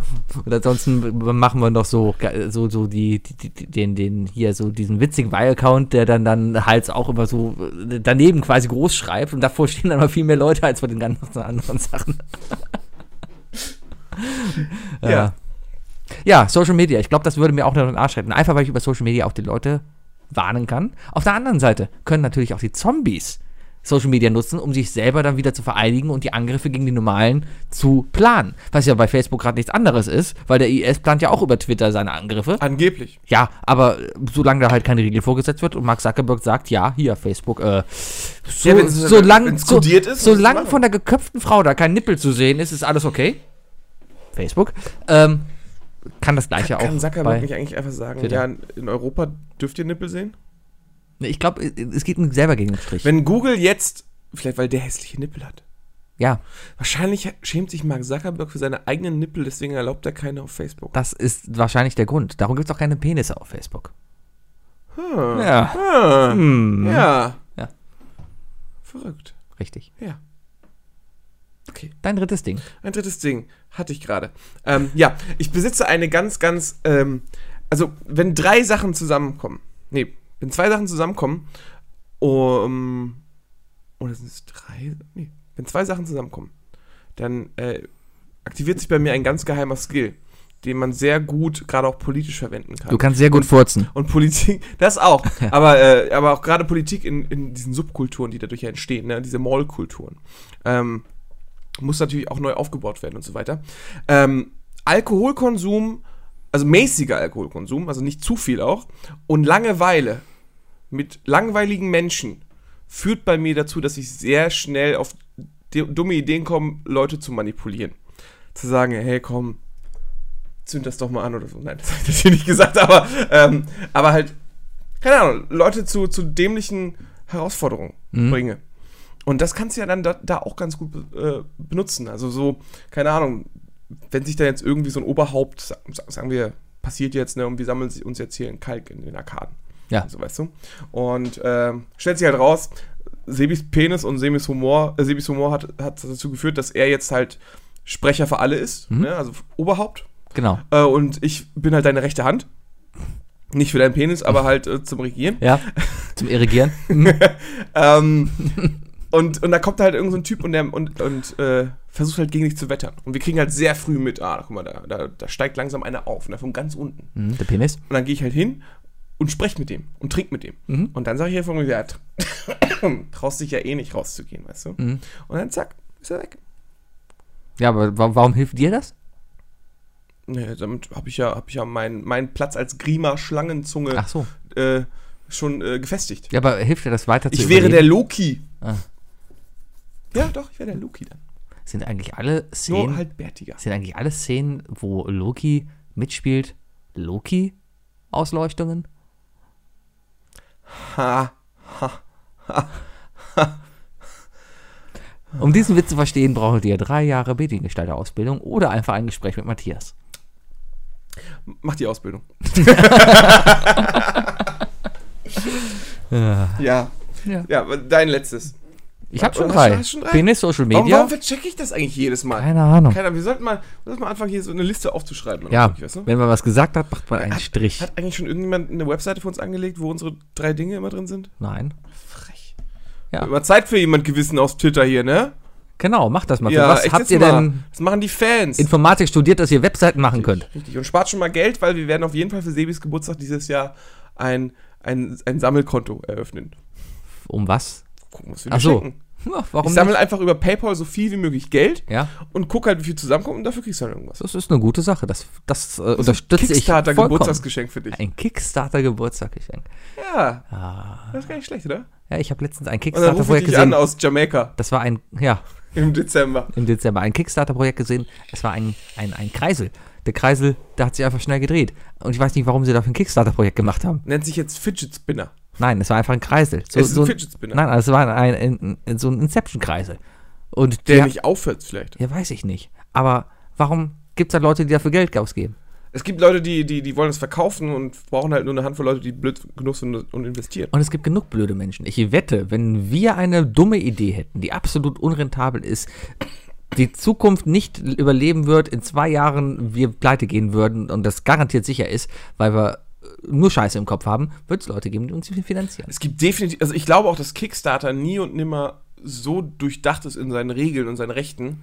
Speaker 3: Und ansonsten machen wir noch so, so, so die, die, die- den, den, hier, so diesen witzigen Y-Account, der dann, dann halt auch immer so äh, daneben quasi groß schreibt und davor stehen dann mal viel mehr Leute als bei den ganzen anderen Sachen.
Speaker 2: Ja.
Speaker 3: Ja, Social Media. Ich glaube, das würde mir auch noch in den Arsch retten. Einfach, weil ich über Social Media auch die Leute warnen kann. Auf der anderen Seite können natürlich auch die Zombies Social Media nutzen, um sich selber dann wieder zu vereinigen und die Angriffe gegen die Normalen zu planen. Was ja bei Facebook gerade nichts anderes ist, weil der IS plant ja auch über Twitter seine Angriffe.
Speaker 2: Angeblich.
Speaker 3: Ja, aber solange da halt keine Regel vorgesetzt wird und Mark Zuckerberg sagt, ja, hier, Facebook, äh, so,
Speaker 2: Ja, wenn's-
Speaker 3: solange
Speaker 2: wenn's
Speaker 3: so,
Speaker 2: kodiert ist,
Speaker 3: solange
Speaker 2: muss
Speaker 3: von der geköpften Frau da kein Nippel zu sehen ist, ist alles okay. Facebook. Ähm, kann das gleiche
Speaker 2: Kann
Speaker 3: auch.
Speaker 2: Zuckerberg
Speaker 3: bei,
Speaker 2: nicht eigentlich einfach sagen,
Speaker 3: Twitter.
Speaker 2: ja, in Europa dürft ihr Nippel sehen?
Speaker 3: Nee, ich glaube, es geht ihm selber gegen den Strich.
Speaker 2: Wenn Google jetzt, vielleicht weil der hässliche Nippel hat.
Speaker 3: ja,
Speaker 2: Wahrscheinlich schämt sich Mark Zuckerberg für seine eigenen Nippel, deswegen erlaubt er keine auf Facebook.
Speaker 3: das ist wahrscheinlich der Grund. Darum gibt es auch keine Penisse auf Facebook.
Speaker 2: Hm.
Speaker 3: Ja,
Speaker 2: Ah, Ja.
Speaker 3: Mhm. Ja.
Speaker 2: Verrückt.
Speaker 3: richtig.
Speaker 2: Ja.
Speaker 3: Dein drittes Ding.
Speaker 2: Ein drittes Ding hatte ich gerade. Ähm, ja, ich besitze eine ganz, ganz ähm, also wenn drei Sachen zusammenkommen, nee, wenn zwei Sachen zusammenkommen, um, oder sind es drei? Nee, wenn zwei Sachen zusammenkommen, dann äh, aktiviert sich bei mir ein ganz geheimer Skill, den man sehr gut, gerade auch politisch verwenden kann.
Speaker 3: Du kannst sehr gut furzen.
Speaker 2: Und Politik, das auch. aber, äh, aber auch gerade Politik in, in diesen Subkulturen, die dadurch ja entstehen, ne? diese Mall-Kulturen, ähm, muss natürlich auch neu aufgebaut werden und so weiter. Ähm, Alkoholkonsum, also mäßiger Alkoholkonsum, also nicht zu viel auch, und Langeweile mit langweiligen Menschen führt bei mir dazu, dass ich sehr schnell auf d- dumme Ideen komme, Leute zu manipulieren. Zu sagen, hey, komm, zünd das doch mal an oder so. Nein, das habe ich natürlich nicht gesagt, aber, ähm, aber halt, keine Ahnung, Leute zu, zu dämlichen Herausforderungen bringe. Und das kannst du ja dann da, da auch ganz gut äh, benutzen. Also so, keine Ahnung, wenn sich da jetzt irgendwie so ein Oberhaupt, sa- sagen wir, passiert jetzt, ne, und wir sammeln sie- uns jetzt hier in Kalk in den Arkaden.
Speaker 3: Ja.
Speaker 2: So, weißt du? Und ähm, stellt sich halt raus, Sebis Penis und Sebis Humor, äh, Sebis Humor hat, hat dazu geführt, dass er jetzt halt Sprecher für alle ist, ne? also Oberhaupt,
Speaker 3: Genau.
Speaker 2: äh, und ich bin halt deine rechte Hand. Nicht für deinen Penis, aber halt äh, zum Regieren.
Speaker 3: Ja. Zum Irrigieren.
Speaker 2: Ähm, und, und da kommt halt irgend so ein Typ und, der, und, und äh, versucht halt gegen dich zu wettern. Und wir kriegen halt sehr früh mit, ah, guck mal, da, da, da steigt langsam einer auf, ne, von ganz unten.
Speaker 3: Mhm, der Penis.
Speaker 2: Und dann gehe ich halt hin und spreche mit dem und trink mit dem.
Speaker 3: Mhm.
Speaker 2: Und dann sage ich einfach, ja, tr- traust dich ja eh nicht rauszugehen, weißt du?
Speaker 3: Mhm.
Speaker 2: Und dann zack, ist er weg.
Speaker 3: Ja, aber wa- warum hilft dir das?
Speaker 2: Naja, Ne, damit habe ich ja, hab ich ja meinen meinen Platz als Grima Schlangenzunge
Speaker 3: Ach so.
Speaker 2: äh, schon äh, gefestigt.
Speaker 3: Ja, aber hilft dir das weiter
Speaker 2: Ich wäre der
Speaker 3: überleben?
Speaker 2: Loki.
Speaker 3: Ah.
Speaker 2: Ja, doch, ich wäre der Loki dann.
Speaker 3: Sind eigentlich alle
Speaker 2: Nur
Speaker 3: Szenen,
Speaker 2: halt bärtiger.
Speaker 3: sind eigentlich alle Szenen, wo Loki mitspielt, Loki-Ausleuchtungen?
Speaker 2: Ha.
Speaker 3: Um diesen Witz zu verstehen, braucht ihr drei Jahre Mediengestalter-Ausbildung oder einfach ein Gespräch mit Matthias.
Speaker 2: Mach die Ausbildung. ja.
Speaker 3: Ja.
Speaker 2: ja. aber dein letztes.
Speaker 3: Ich habe schon,
Speaker 2: Hast
Speaker 3: drei.
Speaker 2: du- hast schon drei?
Speaker 3: Penis, Social
Speaker 2: Warum,
Speaker 3: Media.
Speaker 2: warum verchecke ich das eigentlich jedes Mal?
Speaker 3: Keine Ahnung.
Speaker 2: Keiner, wir sollten mal, wir sollten mal anfangen, hier so eine Liste aufzuschreiben.
Speaker 3: Ja,
Speaker 2: Weißt du?
Speaker 3: wenn man was gesagt hat, macht man einen Strich.
Speaker 2: Hat eigentlich schon irgendjemand eine Webseite für uns angelegt, wo unsere drei Dinge immer drin sind?
Speaker 3: Nein.
Speaker 2: Frech.
Speaker 3: Ja.
Speaker 2: Über Zeit für jemand Gewissen aus Twitter hier, ne?
Speaker 3: Genau, macht das mal.
Speaker 2: Ja,
Speaker 3: was
Speaker 2: echt
Speaker 3: habt
Speaker 2: jetzt
Speaker 3: ihr
Speaker 2: mal.
Speaker 3: denn
Speaker 2: Das machen die Fans.
Speaker 3: Informatik studiert, dass ihr Webseiten machen könnt?
Speaker 2: Richtig. Und spart schon mal Geld, weil wir werden auf jeden Fall für Sebis Geburtstag dieses Jahr ein, ein, ein Sammelkonto eröffnen.
Speaker 3: Um was?
Speaker 2: Gucken, was wir
Speaker 3: Ach
Speaker 2: dir
Speaker 3: so.
Speaker 2: schenken.
Speaker 3: Ach, warum
Speaker 2: Ich sammle einfach über PayPal so viel wie möglich Geld
Speaker 3: nicht? Ja,
Speaker 2: und gucke halt, wie viel zusammenkommt und dafür kriegst du dann irgendwas.
Speaker 3: das ist eine gute Sache. Das, das äh, unterstütze ich vollkommen.
Speaker 2: Kickstarter-Geburtstagsgeschenk für dich.
Speaker 3: Ein Kickstarter-Geburtstaggeschenk.
Speaker 2: Ja.
Speaker 3: Ah.
Speaker 2: Das ist gar nicht schlecht, oder?
Speaker 3: Ja, ich habe letztens ein
Speaker 2: Und dann rufe ich
Speaker 3: Kickstarter-Projekt
Speaker 2: dich an
Speaker 3: gesehen.
Speaker 2: aus Jamaika
Speaker 3: Das war ein, ja,
Speaker 2: im Dezember.
Speaker 3: im Dezember ein Kickstarter-Projekt gesehen. Es war ein, ein, ein Kreisel. Der Kreisel, der hat sich einfach schnell gedreht. Und ich weiß nicht, warum sie dafür ein Kickstarter-Projekt gemacht haben.
Speaker 2: Nennt sich jetzt Fidget Spinner.
Speaker 3: Nein, es war einfach ein Kreisel. So,
Speaker 2: Es ist ein
Speaker 3: so
Speaker 2: Fidget Spinner.
Speaker 3: Nein, es war ein, ein, ein, so ein Inception-Kreisel. Und
Speaker 2: Der
Speaker 3: der,
Speaker 2: nicht aufhört vielleicht.
Speaker 3: ja, weiß ich nicht. Aber warum gibt es da Leute, die dafür Geld ausgeben?
Speaker 2: Es gibt Leute, die, die, die wollen es verkaufen und brauchen halt nur eine Handvoll Leute, die blöd genug sind und investieren.
Speaker 3: Und es gibt genug blöde Menschen. Ich wette, wenn wir eine dumme Idee hätten, die absolut unrentabel ist, die Zukunft nicht überleben wird, in zwei Jahren wir pleite gehen würden und das garantiert sicher ist, weil wir äh, nur Scheiße im Kopf haben, wird es Leute geben, die uns finanzieren.
Speaker 2: Es gibt definitiv, also ich glaube auch, dass Kickstarter nie und nimmer so durchdacht ist in seinen Regeln und seinen Rechten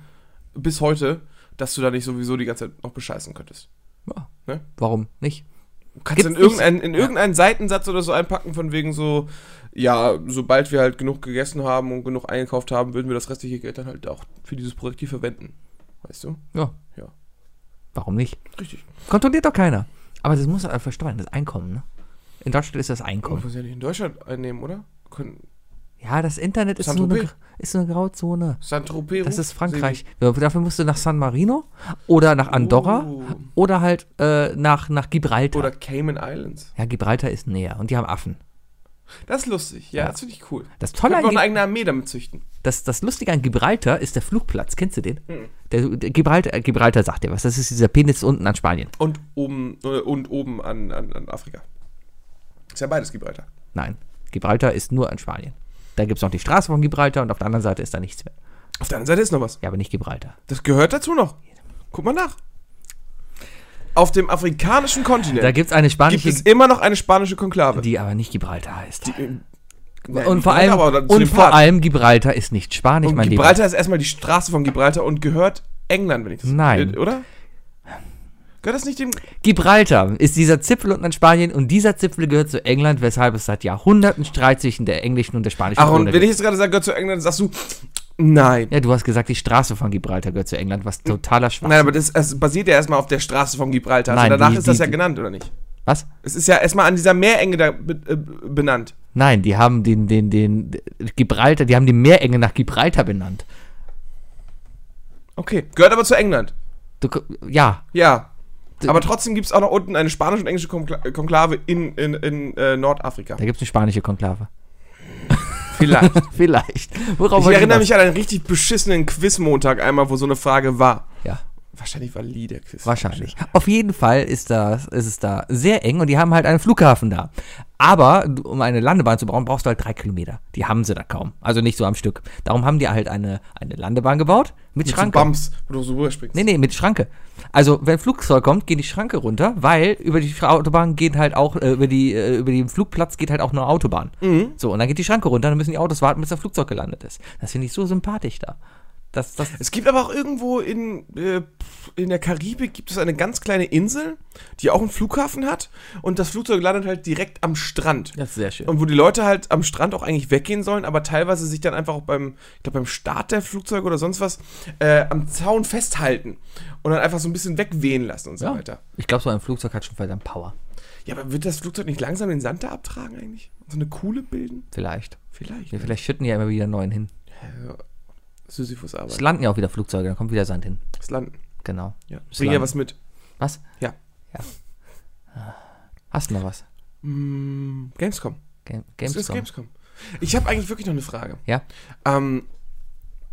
Speaker 2: bis heute, dass du da nicht sowieso die ganze Zeit noch bescheißen könntest.
Speaker 3: Ja.
Speaker 2: Ne?
Speaker 3: Warum nicht?
Speaker 2: Kannst du in
Speaker 3: Gibt's nicht-
Speaker 2: irgendeinen, in irgendeinen Seitensatz oder so einpacken, von wegen so, ja, sobald wir halt genug gegessen haben und genug eingekauft haben, würden wir das restliche Geld dann halt auch für dieses Projekt hier verwenden. Weißt du?
Speaker 3: Ja.
Speaker 2: Ja.
Speaker 3: Warum nicht?
Speaker 2: Richtig.
Speaker 3: Kontrolliert doch keiner. Aber das muss man einfach steuern, das Einkommen. Ne? In Deutschland ist das Einkommen.
Speaker 2: Muss ja nicht in Deutschland einnehmen, oder? Können-
Speaker 3: Ja, Mhm. das Internet ist so, eine,
Speaker 2: Saint-Tropez.
Speaker 3: ist so eine Grauzone.
Speaker 2: Saint-Tropez.
Speaker 3: Das
Speaker 2: ruf,
Speaker 3: ist Frankreich. Ja, Dafür musst du nach San Marino oder nach Andorra
Speaker 2: Oh.
Speaker 3: oder halt äh, nach, nach
Speaker 2: Sebi.
Speaker 3: Gibraltar.
Speaker 2: Oder Cayman Islands.
Speaker 3: ja, Gibraltar ist näher und die haben Affen.
Speaker 2: Das ist lustig. Ja, das finde ich cool.
Speaker 3: Das
Speaker 2: Können
Speaker 3: Tolle
Speaker 2: wir auch eine
Speaker 3: an Gib-
Speaker 2: eigene Armee damit züchten.
Speaker 3: das, das Lustige an Gibraltar ist der Flugplatz. Kennst du den?
Speaker 2: Hm.
Speaker 3: Der, der Gibraltar, äh, Gibraltar sagt dir was. Das ist dieser Penis unten an Spanien.
Speaker 2: Und oben, äh, und oben an, an, an Afrika. Ist ja beides Gibraltar.
Speaker 3: Nein, Gibraltar ist nur an Spanien. Da gibt es noch die Straße von Gibraltar und auf der anderen Seite ist da nichts mehr.
Speaker 2: Auf der anderen Seite ist noch was.
Speaker 3: Ja, aber nicht Gibraltar.
Speaker 2: Das gehört dazu noch. Guck mal nach. auf dem afrikanischen Kontinent
Speaker 3: Da gibt es eine
Speaker 2: gibt
Speaker 3: spanische,
Speaker 2: es immer noch eine spanische Konklave.
Speaker 3: die aber nicht Gibraltar heißt.
Speaker 2: Nein,
Speaker 3: und
Speaker 2: Gibraltar
Speaker 3: vor, allem,
Speaker 2: aber zu
Speaker 3: und
Speaker 2: dem
Speaker 3: vor
Speaker 2: Part.
Speaker 3: allem Gibraltar ist nicht Spanisch,
Speaker 2: Und
Speaker 3: mein
Speaker 2: Gibraltar ist erstmal die Straße von Gibraltar und gehört England, wenn ich das
Speaker 3: Nein.
Speaker 2: äh, oder? Gehört das nicht dem
Speaker 3: Lieber. Gibraltar ist dieser Zipfel unten in Spanien und dieser Zipfel gehört zu England, weshalb es seit Jahrhunderten Streit zwischen der englischen und der spanischen
Speaker 2: Ach, und
Speaker 3: Krone
Speaker 2: wenn ich
Speaker 3: gibt.
Speaker 2: jetzt gerade sage, gehört zu England, sagst du nein.
Speaker 3: Ja, du hast gesagt, die Straße von Gibraltar gehört zu England, was totaler Schwachsinn
Speaker 2: Nein, aber das, es basiert ja erstmal auf der Straße von Gibraltar.
Speaker 3: Nein,
Speaker 2: also danach
Speaker 3: die-
Speaker 2: ist das
Speaker 3: die-
Speaker 2: ja genannt, oder nicht?
Speaker 3: Was?
Speaker 2: Es ist ja erstmal an dieser Meerenge da be äh, benannt.
Speaker 3: Nein, die haben den, den, den Gibraltar, die haben die Meerenge nach Gibraltar benannt.
Speaker 2: Okay. Gehört aber zu England.
Speaker 3: Du, ja,
Speaker 2: Ja.
Speaker 3: D-
Speaker 2: Aber trotzdem gibt es auch noch unten eine spanische und englische Konkla äh, Konklave in, in, in äh, Nordafrika.
Speaker 3: da gibt es eine spanische Konklave.
Speaker 2: Vielleicht.
Speaker 3: Vielleicht. Worauf
Speaker 2: Ich
Speaker 3: wollte
Speaker 2: erinnere
Speaker 3: hinaus?
Speaker 2: mich an einen richtig beschissenen Quiz-Montag einmal, wo so eine Frage war.
Speaker 3: Ja.
Speaker 2: Wahrscheinlich war Lee der Quiz.
Speaker 3: Wahrscheinlich. Auf jeden Fall ist, das, ist es da sehr eng und die haben halt einen Flughafen da. Aber du- um eine Landebahn zu bauen, brauchst du halt drei Kilometer. Die haben sie da kaum. Also nicht so am Stück. Darum haben die halt eine, eine Landebahn gebaut mit,
Speaker 2: Mit so
Speaker 3: Schranke.
Speaker 2: Bums, wo du so rüberspringst.
Speaker 3: Nee, nee, mit Schranke. Also, wenn ein Flugzeug kommt, geht die Schranke runter, weil über die Schra- Autobahn geht halt auch, äh, über, die, äh, über den Flugplatz geht halt auch nur Autobahn. So, und dann geht die Schranke runter, dann müssen die Autos warten, bis das Flugzeug gelandet ist. Das finde ich so sympathisch da. Das, das,
Speaker 2: Es gibt aber auch irgendwo in, äh, in der Karibik gibt es eine ganz kleine Insel, die auch einen Flughafen hat und das Flugzeug landet halt direkt am Strand.
Speaker 3: das ist sehr schön.
Speaker 2: Und wo die Leute halt am Strand auch eigentlich weggehen sollen, aber teilweise sich dann einfach auch beim, ich glaube beim Start der Flugzeuge oder sonst was, äh, am Zaun festhalten und dann einfach so ein bisschen wegwehen lassen und so
Speaker 3: Ja,
Speaker 2: weiter.
Speaker 3: ich glaube, so ein Flugzeug hat schon verdammt Power.
Speaker 2: Ja, aber wird das Flugzeug nicht langsam den Sand da abtragen eigentlich? So eine Kuhle bilden?
Speaker 3: Vielleicht.
Speaker 2: Vielleicht.
Speaker 3: Ja, vielleicht schütten die ja immer wieder neuen hin. Es
Speaker 2: Sisyphusarbeit.
Speaker 3: landen ja auch wieder Flugzeuge, da kommt wieder Sand hin.
Speaker 2: Das Landen.
Speaker 3: Genau.
Speaker 2: Ja. Bring
Speaker 3: Landen.
Speaker 2: ja was mit.
Speaker 3: Was?
Speaker 2: Ja.
Speaker 3: Ja. Hast du noch was?
Speaker 2: Mm, Gamescom.
Speaker 3: Game,
Speaker 2: Das ist
Speaker 3: Gamescom.
Speaker 2: Gamescom. Ich habe eigentlich wirklich noch eine Frage.
Speaker 3: Ja.
Speaker 2: Ähm,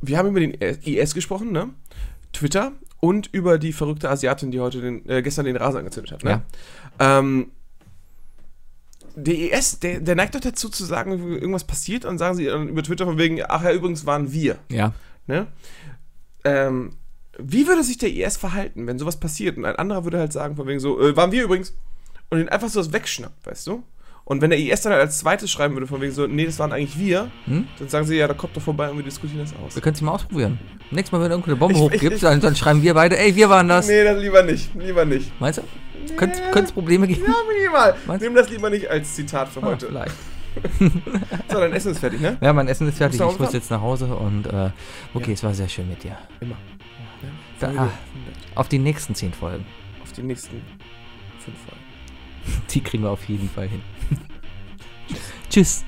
Speaker 2: wir haben über den IS gesprochen, ne? Twitter und über die verrückte Asiatin, die heute den, äh, gestern den Rasen angezündet hat, ne? Ähm, der IS, der, der neigt doch dazu zu sagen, irgendwas passiert und sagen sie dann über Twitter von wegen, ach ja, übrigens waren wir,
Speaker 3: Ja.
Speaker 2: ne? Ähm, wie würde sich der IS verhalten, wenn sowas passiert und ein anderer würde halt sagen von wegen so, äh, waren wir übrigens und ihn einfach so das wegschnappt, weißt du? Und wenn der IS dann halt als zweites schreiben würde von wegen so, nee, das waren eigentlich wir,
Speaker 3: Hm?
Speaker 2: dann sagen sie, ja, da kommt doch vorbei und wir diskutieren das aus.
Speaker 3: Wir können es mal ausprobieren. Nächstes Mal, wenn irgendwo eine Bombe
Speaker 2: Ich- ich-
Speaker 3: hochgibt, dann, dann schreiben wir beide, ey, wir waren das.
Speaker 2: Nee, das lieber nicht. Lieber nicht.
Speaker 3: Meinst du? Könnte es Probleme geben?
Speaker 2: Ja, minimal.
Speaker 3: Meinst du?
Speaker 2: Nimm das lieber nicht als Zitat für
Speaker 3: Ah,
Speaker 2: heute.
Speaker 3: vielleicht.
Speaker 2: so, dein Essen ist fertig, ne?
Speaker 3: Ja, mein Essen ist fertig.
Speaker 2: Musst du
Speaker 3: Ich muss
Speaker 2: aufhören?
Speaker 3: jetzt nach Hause und äh, okay, es war sehr schön mit dir.
Speaker 2: Immer.
Speaker 3: Da, ah, auf die nächsten zehn Folgen.
Speaker 2: Auf die nächsten fünf Folgen.
Speaker 3: Die kriegen wir auf jeden Fall hin. Tschüss.